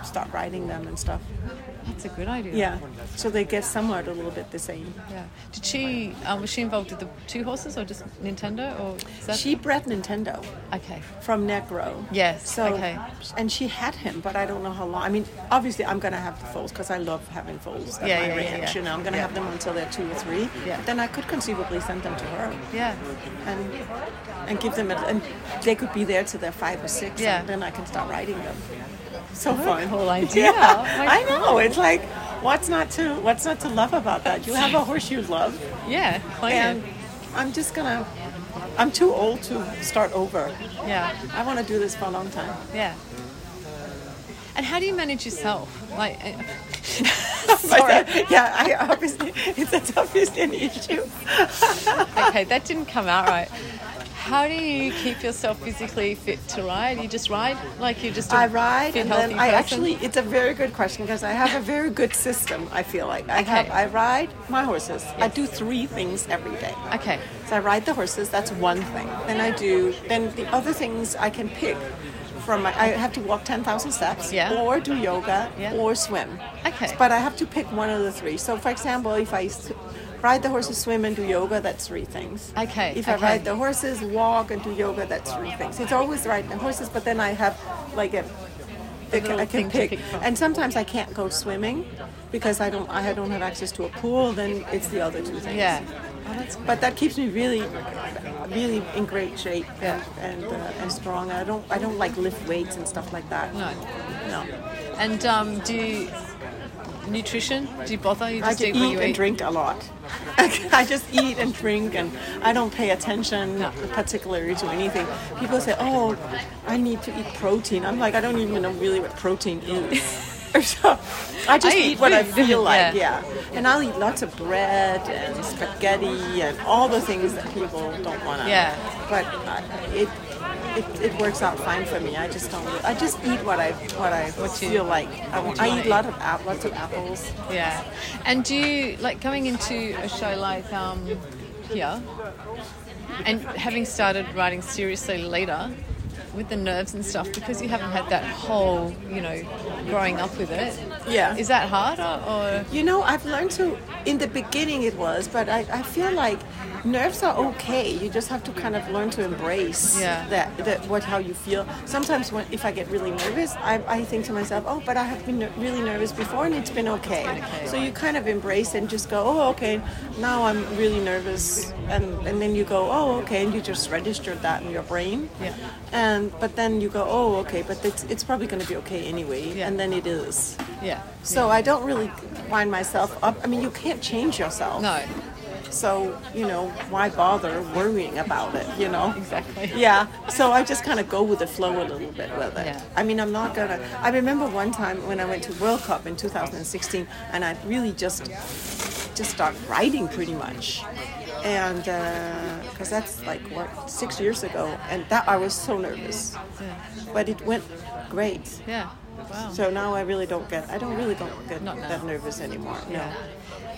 Speaker 2: start writing them and stuff.
Speaker 3: That's a good idea.
Speaker 2: Yeah, so they get somewhat a little bit the same.
Speaker 3: Yeah. Did she? Um, was she involved with the two horses, or just Nintendo, or is that?
Speaker 2: She bred Nintendo
Speaker 3: Okay.
Speaker 2: from Negro.
Speaker 3: Yes,
Speaker 2: So,
Speaker 3: okay.
Speaker 2: and she had him, but I don't know how long. I mean, obviously, I'm gonna have the foals because I love having foals at
Speaker 3: Yeah,
Speaker 2: my
Speaker 3: yeah, yeah,
Speaker 2: ranch.
Speaker 3: yeah.
Speaker 2: You know, I'm gonna have them until they're two or three.
Speaker 3: Yeah.
Speaker 2: Then I could conceivably send them to her.
Speaker 3: Yeah.
Speaker 2: and and give them a, and they could be there till they're five or six
Speaker 3: Yeah.
Speaker 2: and then I can start writing them. So fun.
Speaker 3: cool idea. Oh my
Speaker 2: I know. It's like what's not to what's not to love about that? You have a horse you love
Speaker 3: Yeah. Play
Speaker 2: and I'm just gonna I'm too old to start over.
Speaker 3: it. Yeah.
Speaker 2: I wanna do this for a long time.
Speaker 3: Yeah. And how do you manage yourself? Like, uh,
Speaker 2: But
Speaker 3: sorry.
Speaker 2: that- yeah, I obviously it's that's obviously an issue.
Speaker 3: okay, that didn't come out right. How do you keep yourself physically fit to ride? You just ride like you just. a
Speaker 2: I ride,
Speaker 3: fit,
Speaker 2: and then
Speaker 3: healthy
Speaker 2: I
Speaker 3: person?
Speaker 2: actually, it's a very good question because I have a very good system, I feel like. I,
Speaker 3: Okay.
Speaker 2: have, I ride my horses. I do three things every day.
Speaker 3: Okay.
Speaker 2: So I ride the horses, that's one thing. Then I do, then the other things I can pick from, my, I have to walk 10,000 steps,
Speaker 3: Yeah.
Speaker 2: or do yoga,
Speaker 3: Yeah.
Speaker 2: or swim.
Speaker 3: Okay.
Speaker 2: But I have to pick one of the three. So, for example, if I s- ride the horses, swim, and do yoga, that's three things.
Speaker 3: Okay,
Speaker 2: If I
Speaker 3: okay.
Speaker 2: ride the horses, walk, and do yoga, that's three things. It's always riding the horses, but then I have like a I can,
Speaker 3: little
Speaker 2: I can
Speaker 3: thing to
Speaker 2: pick.
Speaker 3: pick from.
Speaker 2: And sometimes I can't go swimming because I don't I don't have access to a pool. Then it's the other two things.
Speaker 3: Yeah. Oh, that's
Speaker 2: But that keeps me really, really in great shape and and, uh, and strong. I don't I don't like lift weights and stuff like that.
Speaker 3: no.
Speaker 2: no.
Speaker 3: And um, do you, nutrition? Do you bother? You
Speaker 2: I
Speaker 3: just
Speaker 2: just
Speaker 3: what
Speaker 2: eat
Speaker 3: you
Speaker 2: and drink a lot. I just eat and drink, and I don't pay attention
Speaker 3: No.
Speaker 2: particularly to anything. People say, "Oh, I need to eat protein." I'm like, I don't even know really what protein is. so I just
Speaker 3: I
Speaker 2: eat,
Speaker 3: eat
Speaker 2: what I
Speaker 3: food.
Speaker 2: feel like,
Speaker 3: Yeah.
Speaker 2: yeah. And I'll eat lots of bread and spaghetti and all the things that people don't want to.
Speaker 3: Yeah.
Speaker 2: But I, it, it it works out fine for me. I just don't. I just eat what I what I
Speaker 3: you-
Speaker 2: feel like. I, want- I
Speaker 3: wanna
Speaker 2: eat
Speaker 3: eat.
Speaker 2: lot of app, lots of apples.
Speaker 3: Yeah. And do you like coming into a show like um, here and having started writing seriously later with the nerves and stuff because you haven't had that whole, you know, growing up with it?
Speaker 2: Yeah.
Speaker 3: Is that harder or
Speaker 2: You know, I've learned to, in the beginning it was, but I, I feel like nerves are okay. You just have to kind of learn to embrace
Speaker 3: Yeah.
Speaker 2: that, that what, how you feel. Sometimes when, if I get really nervous, I, I think to myself, oh, but I have been ner- really nervous before and it's been okay.
Speaker 3: okay.
Speaker 2: So you kind of embrace and just go, oh, okay, now I'm really nervous. And, and then you go, oh, okay, and you just registered that in your brain.
Speaker 3: Yeah.
Speaker 2: And, but then you go, oh, okay, but it's, it's probably going to be okay anyway.
Speaker 3: Yeah.
Speaker 2: And then it is.
Speaker 3: yeah.
Speaker 2: So I don't really wind myself up. I mean, you can't change yourself.
Speaker 3: No.
Speaker 2: So, you know, why bother worrying about it, you know?
Speaker 3: Exactly.
Speaker 2: Yeah. So I just kind of go with the flow a little bit with it.
Speaker 3: Yeah.
Speaker 2: I mean, I'm not going to. I remember one time when I went to World Cup in 2016 and I really just just start writing pretty much. And because that's like what six years ago, and that I was so nervous, but it went great.
Speaker 3: Yeah. Wow.
Speaker 2: So now I really don't get. I don't really don't get
Speaker 3: Not now.
Speaker 2: that nervous anymore.
Speaker 3: yeah.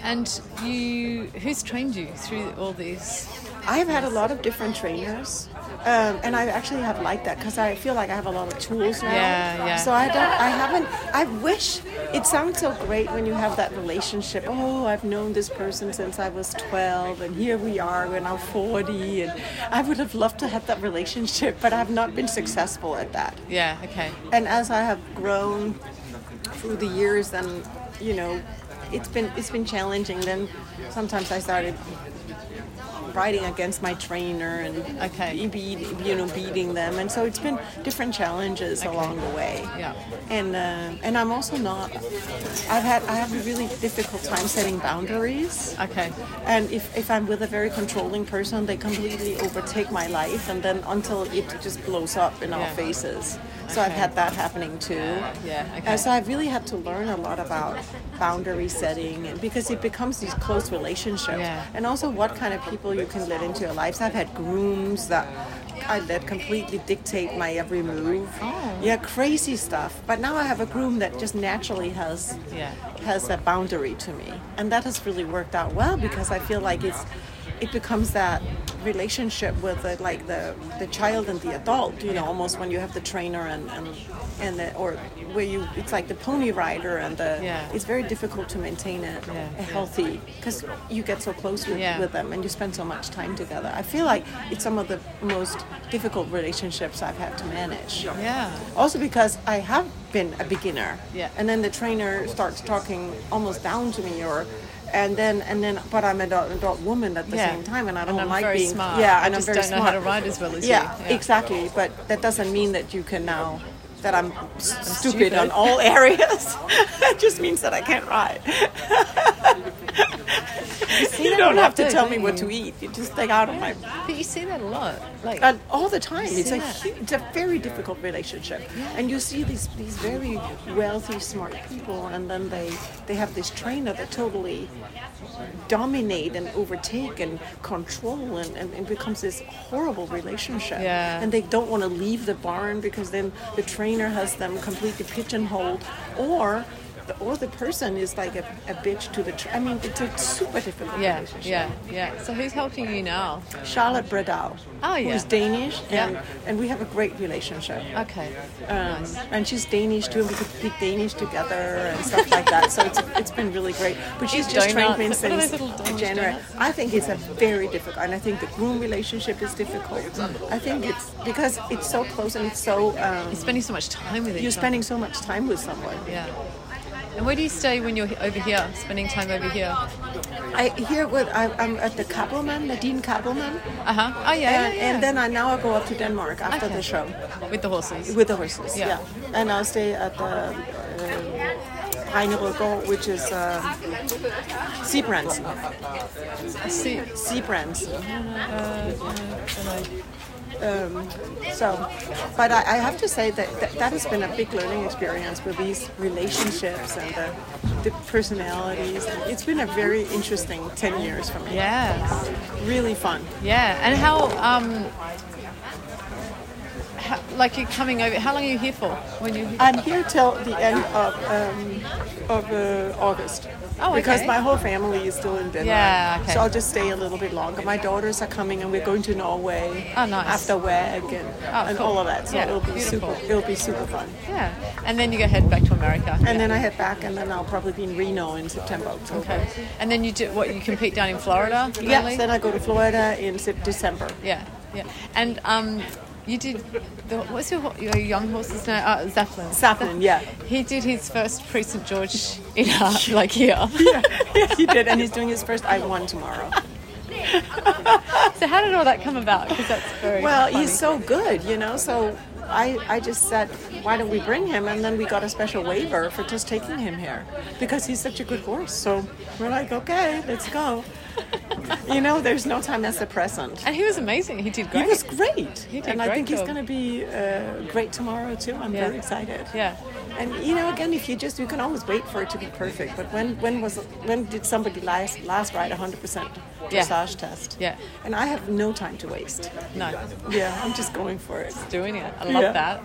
Speaker 3: And you, who's trained you through all these?
Speaker 2: No, I've had a lot of different trainers, um, and I actually have liked that because I feel like I have a lot of tools now.
Speaker 3: Yeah, yeah.
Speaker 2: So I don't. I haven't. I wish it sounds so great when you have that relationship. Oh, I've known this person since I was 12, and here we are. We're now 40, and I would have loved to have that relationship, but I've not been successful at that.
Speaker 3: Yeah. Okay.
Speaker 2: and as I have grown through the years, then you know, it's been it's been challenging. Then sometimes I started writing against my trainer and
Speaker 3: Okay.
Speaker 2: be, you know beating them, and so it's been different challenges along the way.
Speaker 3: Yeah.
Speaker 2: And uh, and I'm also not. I've had I have a really difficult time setting boundaries.
Speaker 3: Okay.
Speaker 2: And if, if I'm with a very controlling person, they completely overtake my life, and then until it just blows up in our
Speaker 3: Yeah.
Speaker 2: faces. So I've
Speaker 3: Okay.
Speaker 2: had that happening too.
Speaker 3: Yeah, okay.
Speaker 2: And so I've really had to learn a lot about boundary setting and because it becomes these close relationships.
Speaker 3: Yeah.
Speaker 2: And also what kind of people you can let into your lives. I've had grooms that I let completely dictate my every move.
Speaker 3: Oh.
Speaker 2: Yeah, crazy stuff. But now I have a groom that just naturally has
Speaker 3: Yeah.
Speaker 2: has a boundary to me, and that has really worked out well because I feel like it's it becomes that relationship with the, like the the child and the adult, you know, almost when you have the trainer and and and the, or where you it's like the pony rider and the
Speaker 3: Yeah.
Speaker 2: it's very difficult to maintain a,
Speaker 3: Yeah.
Speaker 2: a healthy because you get so close with,
Speaker 3: Yeah.
Speaker 2: with them and you spend so much time together. I feel like it's some of the most difficult relationships I've had to manage.
Speaker 3: Yeah.
Speaker 2: Also because I have been a beginner.
Speaker 3: Yeah.
Speaker 2: And then the trainer starts talking almost down to me or and then and then but I'm an adult, adult woman at the
Speaker 3: yeah.
Speaker 2: same time and I don't
Speaker 3: I'm
Speaker 2: like
Speaker 3: very
Speaker 2: being
Speaker 3: smart.
Speaker 2: yeah
Speaker 3: I
Speaker 2: and
Speaker 3: just
Speaker 2: am very
Speaker 3: don't know
Speaker 2: smart.
Speaker 3: how to ride as well as
Speaker 2: yeah,
Speaker 3: you.
Speaker 2: exactly. But that doesn't mean that you can now that I'm s- stupid,
Speaker 3: stupid.
Speaker 2: on all areas. it just means that I can't ride. you
Speaker 3: that a
Speaker 2: don't
Speaker 3: lot
Speaker 2: have to
Speaker 3: though,
Speaker 2: tell
Speaker 3: don't
Speaker 2: me what
Speaker 3: you?
Speaker 2: to eat. You just take out of my
Speaker 3: But you see that a lot. Like.
Speaker 2: and all the time. It's a
Speaker 3: see that?
Speaker 2: hu it's a very difficult relationship, and you see these these very wealthy, smart people, and then they they have this trainer that totally dominate and overtake and control, and, and it becomes this horrible relationship.
Speaker 3: Yeah.
Speaker 2: And they don't want to leave the barn because then the trainer has them completely pigeonholed, or. the- Or the person is like a, a bitch to the. Tra- I mean, it's a super difficult
Speaker 3: yeah.
Speaker 2: relationship.
Speaker 3: Yeah. Yeah. So who's helping you now?
Speaker 2: Charlotte Bredau,
Speaker 3: Oh, yeah.
Speaker 2: who's Danish, and,
Speaker 3: Yeah. Oh,
Speaker 2: and we have a great relationship.
Speaker 3: Okay.
Speaker 2: Um, and she's Danish too, and we could speak Danish together and stuff like that. So it's, it's been really great. But she's
Speaker 3: These
Speaker 2: just trained me
Speaker 3: donuts, what are
Speaker 2: since
Speaker 3: those little Danish
Speaker 2: January.
Speaker 3: donuts?
Speaker 2: I think it's a very difficult, and I think the groom relationship is difficult. I think it's because it's so close and it's so um,
Speaker 3: Spending so much time with each
Speaker 2: you're
Speaker 3: other.
Speaker 2: spending so much time with someone.
Speaker 3: Yeah. And where do you stay when you're he- over here, spending time over here?
Speaker 2: I here with I, I'm at the Kappelmann, Nadine Kappelmann,
Speaker 3: Uh huh. Oh, yeah. yeah,
Speaker 2: and,
Speaker 3: yeah.
Speaker 2: and then I now I go up to Denmark after
Speaker 3: Okay.
Speaker 2: the show.
Speaker 3: With the horses.
Speaker 2: With the horses,
Speaker 3: Yeah.
Speaker 2: yeah. And I'll stay at the uh, Reinerødgård, which is uh, Seabrands.
Speaker 3: See, Uh,
Speaker 2: Seabrands. Um, so, but I, I have to say that, that that has been a big learning experience with these relationships and the, the personalities. It's been a very interesting 10 years for me.
Speaker 3: yeah.
Speaker 2: Really fun.
Speaker 3: Yeah. And how, um, how, like you're coming over, how long are you here for? When you're here?
Speaker 2: I'm here till the end of um, of uh, August.
Speaker 3: Oh,
Speaker 2: Because
Speaker 3: okay.
Speaker 2: my whole family is still in Denmark.
Speaker 3: Yeah, okay.
Speaker 2: So I'll just stay a little bit longer. My daughters are coming, and we're going to Norway.
Speaker 3: Oh, nice.
Speaker 2: After WEG and,
Speaker 3: Oh,
Speaker 2: and
Speaker 3: cool.
Speaker 2: all of that. So
Speaker 3: Yeah,
Speaker 2: it'll be
Speaker 3: beautiful.
Speaker 2: super. It'll be super fun.
Speaker 3: Yeah. And then you go head back to America.
Speaker 2: And then I head back, and then I'll probably be in Reno in September, October.
Speaker 3: Okay. And then you do what? You compete down in Florida?
Speaker 2: Yeah.
Speaker 3: mainly?
Speaker 2: Then I go to Florida in Sep- December.
Speaker 3: Yeah. Yeah. And um, you did. The, what's your, ho- your young horse's name? Uh, Zeppelin.
Speaker 2: Zeppelin, yeah.
Speaker 3: He did his first pre St George in art, like here.
Speaker 2: he did, and he's doing his first I won tomorrow.
Speaker 3: So how did all that come about? Because that's very
Speaker 2: Well,
Speaker 3: funny.
Speaker 2: he's so good, you know. So I, I just said, why don't we bring him? And then we got a special waiver for just taking him here because he's such a good horse. So we're like, okay, let's go. you know, there's no time as the present.
Speaker 3: And he was amazing. He did great.
Speaker 2: He was great.
Speaker 3: He did
Speaker 2: and
Speaker 3: great
Speaker 2: I think he's
Speaker 3: job.
Speaker 2: going to be uh, great tomorrow too. I'm
Speaker 3: Yeah.
Speaker 2: very excited.
Speaker 3: Yeah.
Speaker 2: And you know, again, if you just you can always wait for it to be perfect. But when when was when did somebody last last ride 100 percent
Speaker 3: Yeah.
Speaker 2: dressage test?
Speaker 3: Yeah.
Speaker 2: And I have no time to waste.
Speaker 3: No,
Speaker 2: Yeah, I'm just going for it.
Speaker 3: doing it. I love
Speaker 2: Yeah.
Speaker 3: that.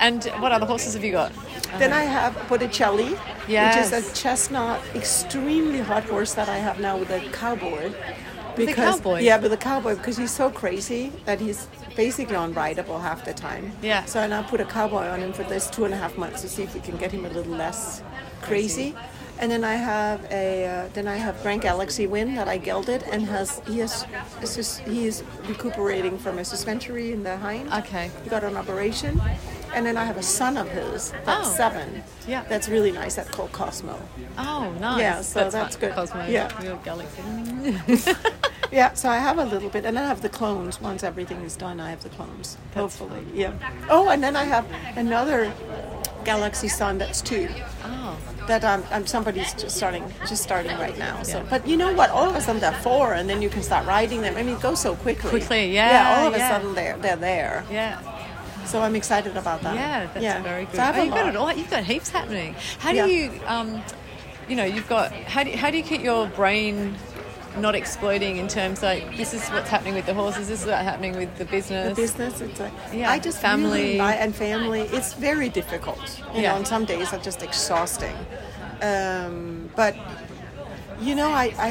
Speaker 3: And what other horses have you got?
Speaker 2: Then I have Botticelli,
Speaker 3: Yes.
Speaker 2: which is a chestnut, extremely hot horse that I have now with a cowboy.
Speaker 3: cowboy?
Speaker 2: Yeah, with a cowboy because he's so crazy that he's basically unrideable half the time.
Speaker 3: Yeah.
Speaker 2: So I now put a cowboy on him for this two and a half months to see if we can get him a little less crazy. And then I have a uh, then I have Grand Galaxy Win that I gelded and has he has it's just, he is recuperating from a suspensory in the hind.
Speaker 3: Okay.
Speaker 2: He got an operation, and then I have a son of his that's
Speaker 3: Oh.
Speaker 2: seven.
Speaker 3: Yeah.
Speaker 2: That's really nice. That's called Cosmo.
Speaker 3: Oh, nice.
Speaker 2: Yeah, so that's
Speaker 3: fun.
Speaker 2: good.
Speaker 3: Cosmo,
Speaker 2: Yeah.
Speaker 3: your galaxy.
Speaker 2: Yeah. So I have a little bit, and then I have the clones. Once everything is done, I have the clones. hopefully. Yeah. Oh, and then I have another Galaxy Sun that's two.
Speaker 3: Oh,
Speaker 2: That I'm, I'm somebody's just starting just starting right now. So, but you know what? All of a sudden they're four, and then you can start riding them. I mean, it goes so quickly.
Speaker 3: Quickly, yeah,
Speaker 2: Yeah. All of
Speaker 3: yeah.
Speaker 2: a sudden they're they're there.
Speaker 3: yeah,
Speaker 2: So I'm excited about that.
Speaker 3: yeah, that's very good.
Speaker 2: So I have
Speaker 3: oh,
Speaker 2: a
Speaker 3: you've got
Speaker 2: lot.
Speaker 3: it all. You've got heaps happening. How do
Speaker 2: Yeah.
Speaker 3: you, um, you know, you've got how do how do you keep your brain not exploding in terms like this is what's happening with the horses, this is what's happening with the business.
Speaker 2: business. It's like
Speaker 3: Yeah,
Speaker 2: I just
Speaker 3: family.
Speaker 2: really li- and family. It's very difficult. You
Speaker 3: Yeah.
Speaker 2: know, and some days are just exhausting. Um, but you know, I, I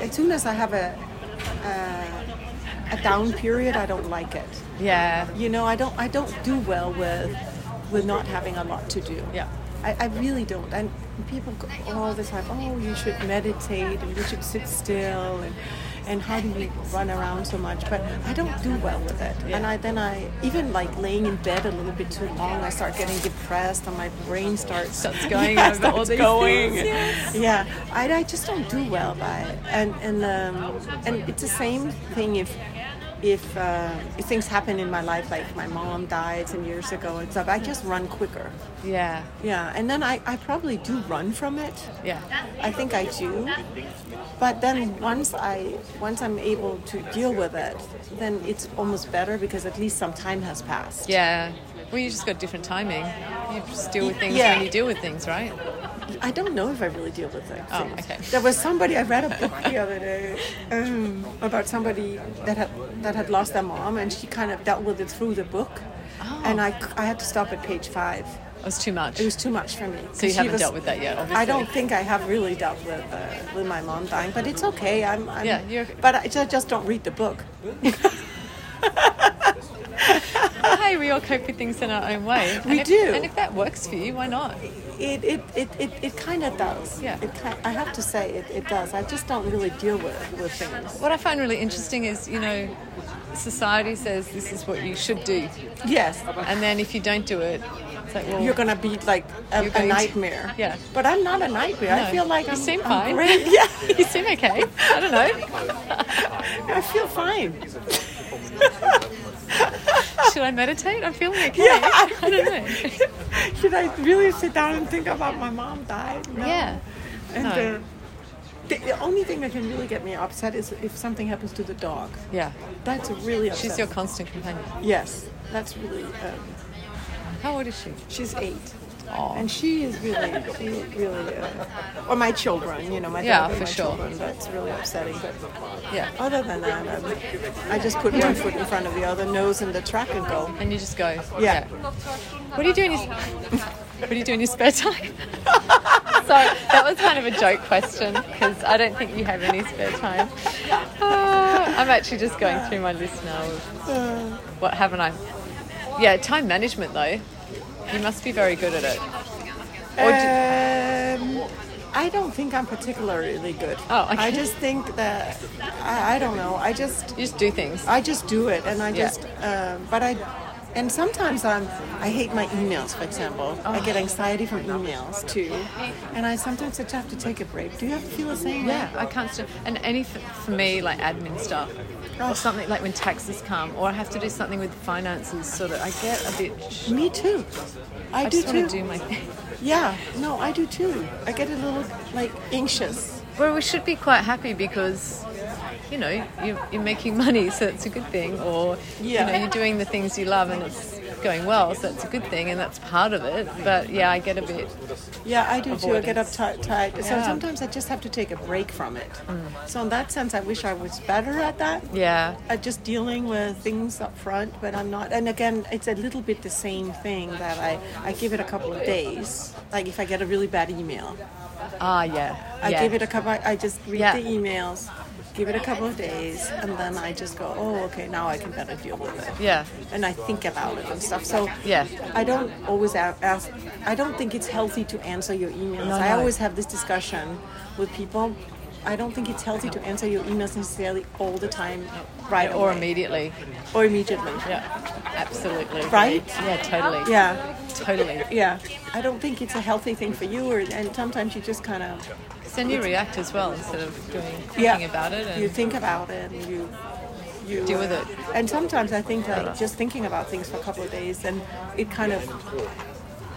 Speaker 2: as soon as I have a uh, a down period, I don't like it.
Speaker 3: yeah,
Speaker 2: You know, I don't I don't do well with with not having a lot to do.
Speaker 3: Yeah.
Speaker 2: I, I really don't. And people go all the time, oh, you should meditate and you should sit still and and how do you run around so much? But I don't do well with it. And I then I even like laying in bed a little bit too long, I start getting depressed and my brain starts
Speaker 3: Starts going
Speaker 2: yeah,
Speaker 3: over all
Speaker 2: starts
Speaker 3: these
Speaker 2: going.
Speaker 3: things, yes.
Speaker 2: Yeah, I, I just don't do well by it, and and um, and it's the same thing if if, uh, if things happen in my life, like my mom died some years ago and stuff. I just run quicker.
Speaker 3: yeah,
Speaker 2: Yeah, and then I, I probably do run from it.
Speaker 3: yeah.
Speaker 2: I think I do. But then once I once I'm able to deal with it, then it's almost better because at least some time has passed.
Speaker 3: Yeah. Well, you just got different timing. You just deal with things
Speaker 2: Yeah.
Speaker 3: when you deal with things, right?
Speaker 2: I don't know if I really deal with that.
Speaker 3: Oh, okay.
Speaker 2: There was somebody I read a book the other day um, about somebody that had that had lost their mom, and she kind of dealt with it through the book.
Speaker 3: Oh.
Speaker 2: And I, I had to stop at page five.
Speaker 3: It was too much.
Speaker 2: It was too much for me.
Speaker 3: so you
Speaker 2: She
Speaker 3: haven't
Speaker 2: was-
Speaker 3: dealt with that yet, obviously.
Speaker 2: I don't think I have really dealt with uh, with my mom dying, but it's okay. I'm, I'm
Speaker 3: Yeah, you're-
Speaker 2: but I ju- just don't read the book.
Speaker 3: hey, we all cope with things in our own way.
Speaker 2: We
Speaker 3: and if,
Speaker 2: do.
Speaker 3: And if that works for you, why not?
Speaker 2: It it, it, it, it kind of does.
Speaker 3: Yeah.
Speaker 2: It ki- I have to say it, it does. I just don't really deal with with things.
Speaker 3: What I find really interesting is, you know, society says this is what you should do.
Speaker 2: Yes.
Speaker 3: And then if you don't do it, it's like, well,
Speaker 2: You're gonna be like a,
Speaker 3: You're
Speaker 2: a
Speaker 3: going to-
Speaker 2: nightmare.
Speaker 3: yeah.
Speaker 2: But I'm not a nightmare.
Speaker 3: No,
Speaker 2: I feel like
Speaker 3: you
Speaker 2: I'm,
Speaker 3: seem
Speaker 2: I'm
Speaker 3: fine.
Speaker 2: great. Yeah,
Speaker 3: you seem okay. I don't know.
Speaker 2: I feel fine.
Speaker 3: Should I meditate? I'm feeling okay.
Speaker 2: Yeah.
Speaker 3: I don't know.
Speaker 2: Should I really sit down and think about my mom died? No.
Speaker 3: Yeah.
Speaker 2: And
Speaker 3: No.
Speaker 2: uh, the, the only thing that can really get me upset is if something happens to the dog.
Speaker 3: Yeah.
Speaker 2: That's really upset.
Speaker 3: She's your constant companion.
Speaker 2: Yes, that's really. Um,
Speaker 3: How old is she?
Speaker 2: she's eight. And she is really, she really, uh, or my children, you know, my
Speaker 3: Yeah,
Speaker 2: daughter and
Speaker 3: for
Speaker 2: my
Speaker 3: sure.
Speaker 2: children. That's really upsetting. But
Speaker 3: Yeah.
Speaker 2: other than that, um, I just put one foot in front of the other, nose in the track, and go.
Speaker 3: And you just go.
Speaker 2: Yeah.
Speaker 3: What do you do in your, what do you do in your spare time? so that was kind of a joke question because I don't think you have any spare time. Uh, I'm actually just going through my list now. Of what haven't I? Yeah, time management though. You must be very good at it. Or do,
Speaker 2: Um, I don't think I'm particularly good.
Speaker 3: Oh, okay.
Speaker 2: I just think that I, I don't know. I just
Speaker 3: you just do things.
Speaker 2: I just do it, and I
Speaker 3: Yeah.
Speaker 2: just, um, but I, And sometimes I'm, I hate my emails, for example. I
Speaker 3: Oh.
Speaker 2: get anxiety from emails too. And I sometimes just have to take a break. Do you have to feel the same?
Speaker 3: Yeah, I can't stand. And any for, for me, like admin stuff
Speaker 2: Oh.
Speaker 3: or something like when taxes come, or I have to do something with finances, so that I get a bit. sh-
Speaker 2: Me too. I,
Speaker 3: I
Speaker 2: do
Speaker 3: just
Speaker 2: too.
Speaker 3: want to do my thing.
Speaker 2: yeah, no, I do too. I get a little like anxious.
Speaker 3: Well, we should be quite happy because, you know, you're, you're making money, so it's a good thing. Or,
Speaker 2: Yeah.
Speaker 3: you know, you're doing the things you love and it's going well, so it's a good thing, and that's part of it. But yeah, I get a bit.
Speaker 2: Yeah, I do too. I get uptight. tight. So
Speaker 3: Yeah. Mm.
Speaker 2: sometimes I just have to take a break from it. So in that sense, I wish I was better at that.
Speaker 3: Yeah.
Speaker 2: at uh, just dealing with things up front, but I'm not. And again, it's a little bit the same thing that I, I give it a couple of days. Like if I get a really bad email,
Speaker 3: Ah, yeah.
Speaker 2: I
Speaker 3: yeah.
Speaker 2: give it a couple. I just read
Speaker 3: Yeah.
Speaker 2: the emails, give it a couple of days, and then I just go, oh, okay, now I can better deal with it.
Speaker 3: Yeah.
Speaker 2: And I think about it and stuff. So
Speaker 3: Yeah.
Speaker 2: I don't always a- ask. I don't think it's healthy to answer your emails. I
Speaker 3: no.
Speaker 2: always have this discussion with people. I don't think it's healthy to answer your emails necessarily all the time, right?
Speaker 3: Or
Speaker 2: away.
Speaker 3: immediately.
Speaker 2: Or immediately.
Speaker 3: Yeah. Absolutely.
Speaker 2: Right?
Speaker 3: Yeah, totally.
Speaker 2: Yeah,
Speaker 3: Totally.
Speaker 2: yeah. I don't think it's a healthy thing for you, or, and sometimes you just kind of
Speaker 3: So then you react as well instead of doing thinking
Speaker 2: yeah,
Speaker 3: about it. And
Speaker 2: you think about it, and you you
Speaker 3: Deal with it.
Speaker 2: And sometimes I think that just thinking about things for a couple of days, then it kind of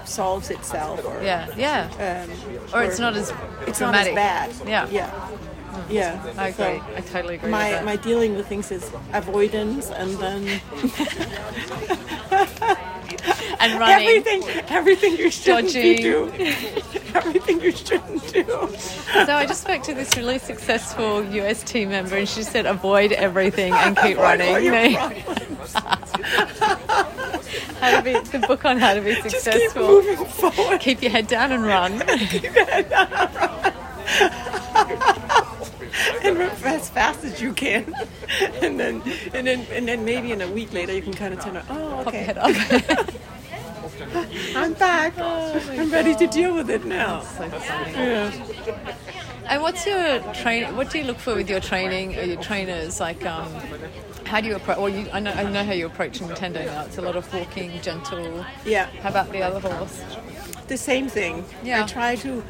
Speaker 2: solves itself. Or,
Speaker 3: yeah, yeah.
Speaker 2: Um,
Speaker 3: Or it's not as
Speaker 2: it's not as
Speaker 3: dramatic.
Speaker 2: bad.
Speaker 3: Yeah. Hmm.
Speaker 2: Yeah. Yeah.
Speaker 3: I
Speaker 2: So
Speaker 3: agree. I totally agree. with
Speaker 2: my
Speaker 3: that.
Speaker 2: my dealing with things is avoidance, and then
Speaker 3: and running.
Speaker 2: everything everything you shouldn't
Speaker 3: Dodging.
Speaker 2: do, everything you shouldn't do.
Speaker 3: So I just spoke to this really successful US team member, and she said, "Avoid everything and keep running."
Speaker 2: all your
Speaker 3: You know? how to be the book on how to be successful.
Speaker 2: Keep moving forward.
Speaker 3: Keep your head down and run.
Speaker 2: and run as fast as you can, and then and then and then maybe in a week later you can kind of turn around. Oh,
Speaker 3: Pop your
Speaker 2: okay,
Speaker 3: head up.
Speaker 2: I'm back. I'm ready to deal with it now.
Speaker 3: And what's your train? What do you look for with your training or your trainers? Like, um, how do you approach? Well, you, I know I know how you approach Nintendo now. It's a lot of walking, gentle.
Speaker 2: Yeah.
Speaker 3: How about the other horse?
Speaker 2: The same thing.
Speaker 3: Yeah.
Speaker 2: I try to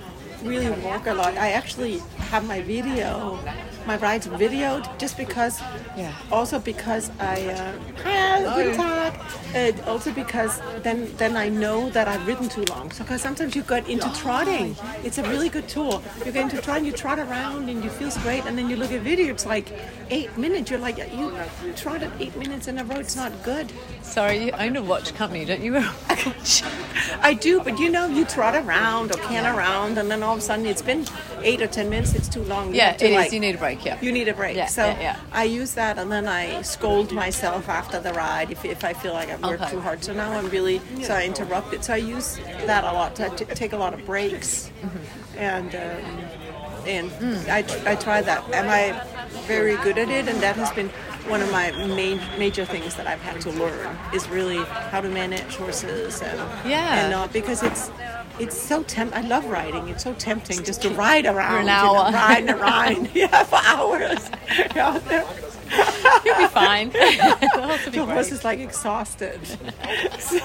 Speaker 2: really walk a lot. I actually have my video, my rides videoed, just because.
Speaker 3: Yeah. Oh.
Speaker 2: Also because I. Uh, Hi, good talk. And also because then then I know that I've ridden too long. So because sometimes you get into trotting. It's a really good tool. You get into trotting, you trot around, and you feel great. And then you look at video. It's like eight minutes. You're like you trotted eight minutes in a row. It's not good.
Speaker 3: Sorry, you own a watch company, don't you?
Speaker 2: I do, but you know, you trot around or can around, and then all of a sudden it's been eight or ten minutes. It's too long. You
Speaker 3: yeah,
Speaker 2: have
Speaker 3: it
Speaker 2: to,
Speaker 3: is.
Speaker 2: like-
Speaker 3: You need a break. Yeah.
Speaker 2: You need a break.
Speaker 3: Yeah,
Speaker 2: so
Speaker 3: yeah, yeah.
Speaker 2: I use that, and then I scold myself after the ride if, if I feel like I've worked
Speaker 3: Okay.
Speaker 2: too hard. So now I'm really so I interrupt it. So I use that a lot. So I t- take a lot of breaks,
Speaker 3: Mm-hmm.
Speaker 2: and. Um, and I, tr- I try that. Am I very good at it? And that has been one of my main major things that I've had to learn is really how to manage horses and
Speaker 3: Yeah.
Speaker 2: and not because it's it's so temp. I love riding. It's so tempting just to ride around
Speaker 3: an
Speaker 2: you know,
Speaker 3: hour.
Speaker 2: ride and ride, yeah, for hours. Yeah,
Speaker 3: You'll be fine. The horse will be
Speaker 2: the
Speaker 3: great.
Speaker 2: horse is like exhausted. so,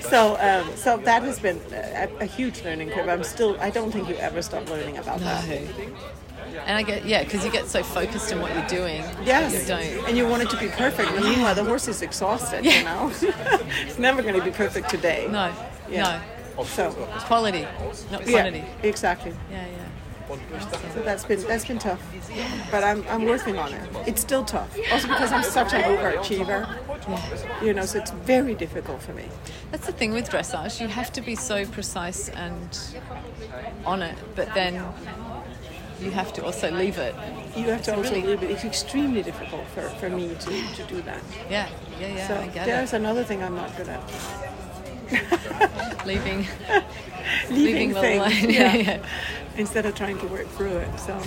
Speaker 2: so, um, so that has been a, a huge learning curve. I'm still. I don't think you ever stop learning about
Speaker 3: No.
Speaker 2: that.
Speaker 3: And I get yeah, because you get so focused on what you're doing.
Speaker 2: Yes,
Speaker 3: You don't.
Speaker 2: and you want it to be perfect. And meanwhile, the horse is exhausted. You know, it's never going to be perfect today.
Speaker 3: No.
Speaker 2: Yeah. So,
Speaker 3: No. Quality, not quantity.
Speaker 2: yeah,
Speaker 3: Yeah.
Speaker 2: exactly.
Speaker 3: Yeah. yeah.
Speaker 2: So that's been that's been tough, but I'm I'm working on it. It's still tough, also because I'm such an overachiever. You know, so it's very difficult for me.
Speaker 3: That's the thing with dressage. You have to be so precise and on it, but then you have to also leave it.
Speaker 2: You have to also
Speaker 3: really-
Speaker 2: leave it. It's extremely difficult for, for me to, to do that.
Speaker 3: Yeah. Yeah. Yeah.
Speaker 2: So
Speaker 3: I get
Speaker 2: there's another thing I'm not good at.
Speaker 3: it. Leaving.
Speaker 2: Leaving,
Speaker 3: Leaving the
Speaker 2: things.
Speaker 3: line.
Speaker 2: Yeah.
Speaker 3: Yeah.
Speaker 2: Instead of trying to work through it. So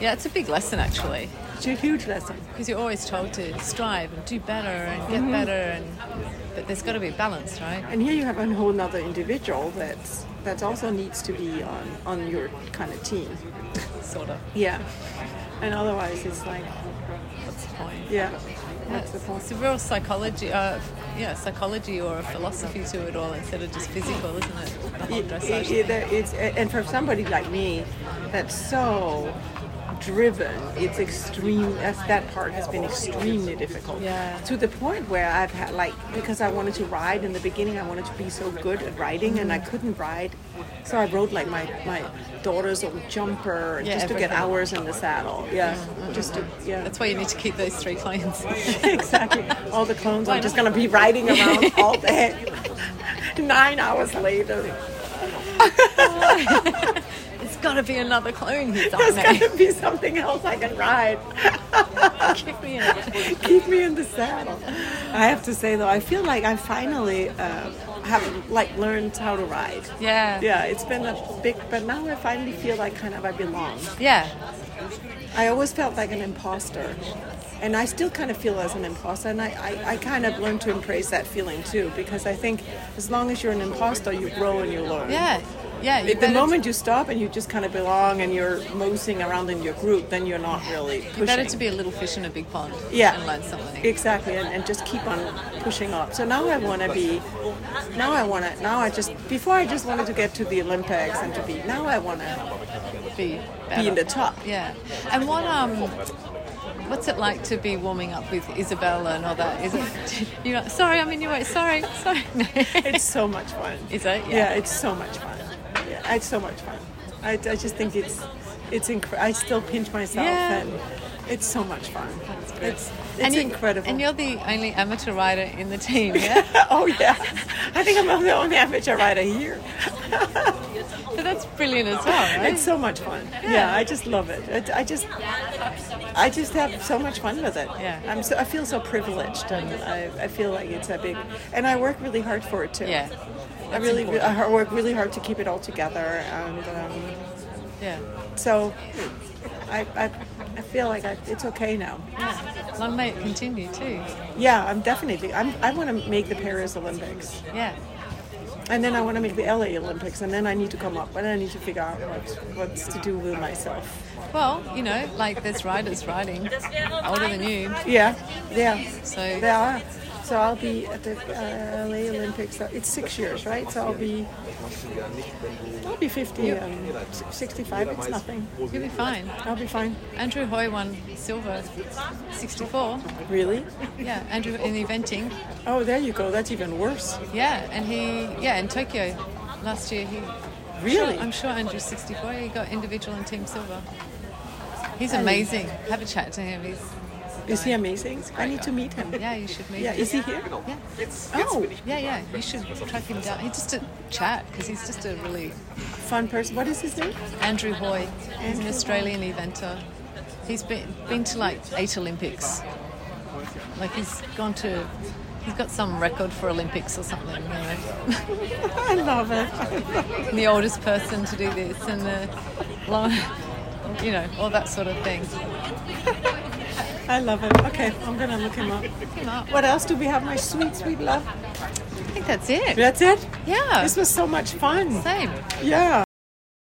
Speaker 3: Yeah. It's a big lesson actually.
Speaker 2: It's a huge lesson.
Speaker 3: Because you're always told to strive and do better and get
Speaker 2: Mm-hmm.
Speaker 3: better, and but there's got to be a balance, right?
Speaker 2: And here you have a whole nother individual that's that also needs to be on on your kind of team.
Speaker 3: Sort of.
Speaker 2: Yeah. And otherwise, it's like
Speaker 3: What's the point?
Speaker 2: yeah.
Speaker 3: Yeah,
Speaker 2: What's the
Speaker 3: it's,
Speaker 2: point?
Speaker 3: it's a real psychology, uh, yeah, psychology or a philosophy to it all instead of just physical, isn't it? The whole
Speaker 2: It-
Speaker 3: dressage.
Speaker 2: it- it- it's and for somebody like me, that's so driven. It's extreme. That's, that part has been extremely difficult.
Speaker 3: Yeah.
Speaker 2: To the point where I've had like because I wanted to ride in the beginning, I wanted to be so good at riding, and I couldn't ride, so I rode like my my daughter's old jumper and
Speaker 3: Yeah,
Speaker 2: just to get
Speaker 3: everything.
Speaker 2: hours in the saddle. Yeah. Just to yeah.
Speaker 3: That's why you need to keep those three clients.
Speaker 2: exactly. All the clones.
Speaker 3: Why
Speaker 2: I'm just
Speaker 3: not?
Speaker 2: gonna be riding around all day. Nine hours later.
Speaker 3: it's got to be another clone who's on
Speaker 2: There's
Speaker 3: there.
Speaker 2: gotta be something else I can ride.
Speaker 3: Keep me in it.
Speaker 2: Keep me in the saddle. I have to say though, I feel like I finally uh, have like learned how to ride.
Speaker 3: Yeah.
Speaker 2: Yeah, it's been a big, but now I finally feel like kind of I belong.
Speaker 3: Yeah.
Speaker 2: I always felt like an imposter, and I still kind of feel as an imposter, and I, I, I kind of learned to embrace that feeling too, because I think as long as you're an imposter, you grow and you learn.
Speaker 3: Yeah. Yeah. you
Speaker 2: At the
Speaker 3: better-
Speaker 2: moment you stop and you just kind of belong and you're moseying around in your group, then you're not really pushing.
Speaker 3: you better to be a little fish in a big pond
Speaker 2: yeah,
Speaker 3: and learn something.
Speaker 2: Exactly, and, and just keep on pushing up. So now I want to be, now I want to, now I just, before I just wanted to get to the Olympics and to be, now I want to
Speaker 3: be
Speaker 2: be in
Speaker 3: better.
Speaker 2: the top.
Speaker 3: Yeah. And what um what's it like to be warming up with Isabella and all that? Is it you know sorry, I'm in your way, sorry, sorry. No.
Speaker 2: It's so much fun.
Speaker 3: Is it?
Speaker 2: Yeah, it's so much fun. Yeah, it's so much fun. I, I just think it's, it's incre- I still pinch myself
Speaker 3: Yeah.
Speaker 2: and it's so much fun. It's, it's
Speaker 3: and you-
Speaker 2: incredible.
Speaker 3: And you're the only amateur rider in the team, yeah?
Speaker 2: oh yeah, I think I'm the only amateur rider here.
Speaker 3: but that's brilliant as well, right?
Speaker 2: It's so much fun. Yeah, I just love it. I, I just, I just have so much fun with it.
Speaker 3: Yeah.
Speaker 2: I'm so, I feel so privileged, and I, I feel like it's a big, and I work really hard for it too.
Speaker 3: yeah.
Speaker 2: I
Speaker 3: That's
Speaker 2: really,
Speaker 3: important.
Speaker 2: I har- work really hard to keep it all together, and
Speaker 3: Yeah.
Speaker 2: um, so, I, I, I feel like I, it's okay now.
Speaker 3: yeah. Long may it continue too.
Speaker 2: Yeah, I'm definitely. I'm, I want to make the Paris Olympics,
Speaker 3: Yeah.
Speaker 2: and then I want to make the LA Olympics, and then I need to come up, and I need to figure out what, what's to do with myself.
Speaker 3: Well, you know, like there's riders riding older than you.
Speaker 2: Yeah, yeah.
Speaker 3: So-
Speaker 2: there are. So I'll be at the uh, LA Olympics. uh, It's six years, right? So I'll be. I'll be 50, um, s- 65. It's nothing.
Speaker 3: You'll be fine.
Speaker 2: I'll be fine.
Speaker 3: Andrew Hoy won silver, 64.
Speaker 2: Really?
Speaker 3: Yeah, Andrew in eventing.
Speaker 2: Oh, there you go. That's even worse.
Speaker 3: Yeah, and he yeah in Tokyo last year he
Speaker 2: Really?
Speaker 3: I'm sure Andrew's 64 he got individual and team silver. He's amazing. Have a chat to him. He's
Speaker 2: Is he amazing? I need to meet him.
Speaker 3: yeah, you should meet.
Speaker 2: Yeah.
Speaker 3: him.
Speaker 2: Is he here?
Speaker 3: Yeah.
Speaker 2: Oh,
Speaker 3: yeah, yeah. You should track him down. He's just a chat because he's just a really
Speaker 2: fun person. What is his name?
Speaker 3: Andrew Hoy. He's an Australian eventer. He's been been to like eight Olympics. Like he's gone to. He's got some record for Olympics or something. You know.
Speaker 2: I love it.
Speaker 3: the oldest person to do this and the long, you know, all that sort of thing.
Speaker 2: I love it. Okay, I'm gonna look him up.
Speaker 3: Came up.
Speaker 2: What else do we have? My sweet, sweet love.
Speaker 3: I think that's it.
Speaker 2: That's it.
Speaker 3: Yeah.
Speaker 2: This was so much fun.
Speaker 3: Same.
Speaker 2: Yeah.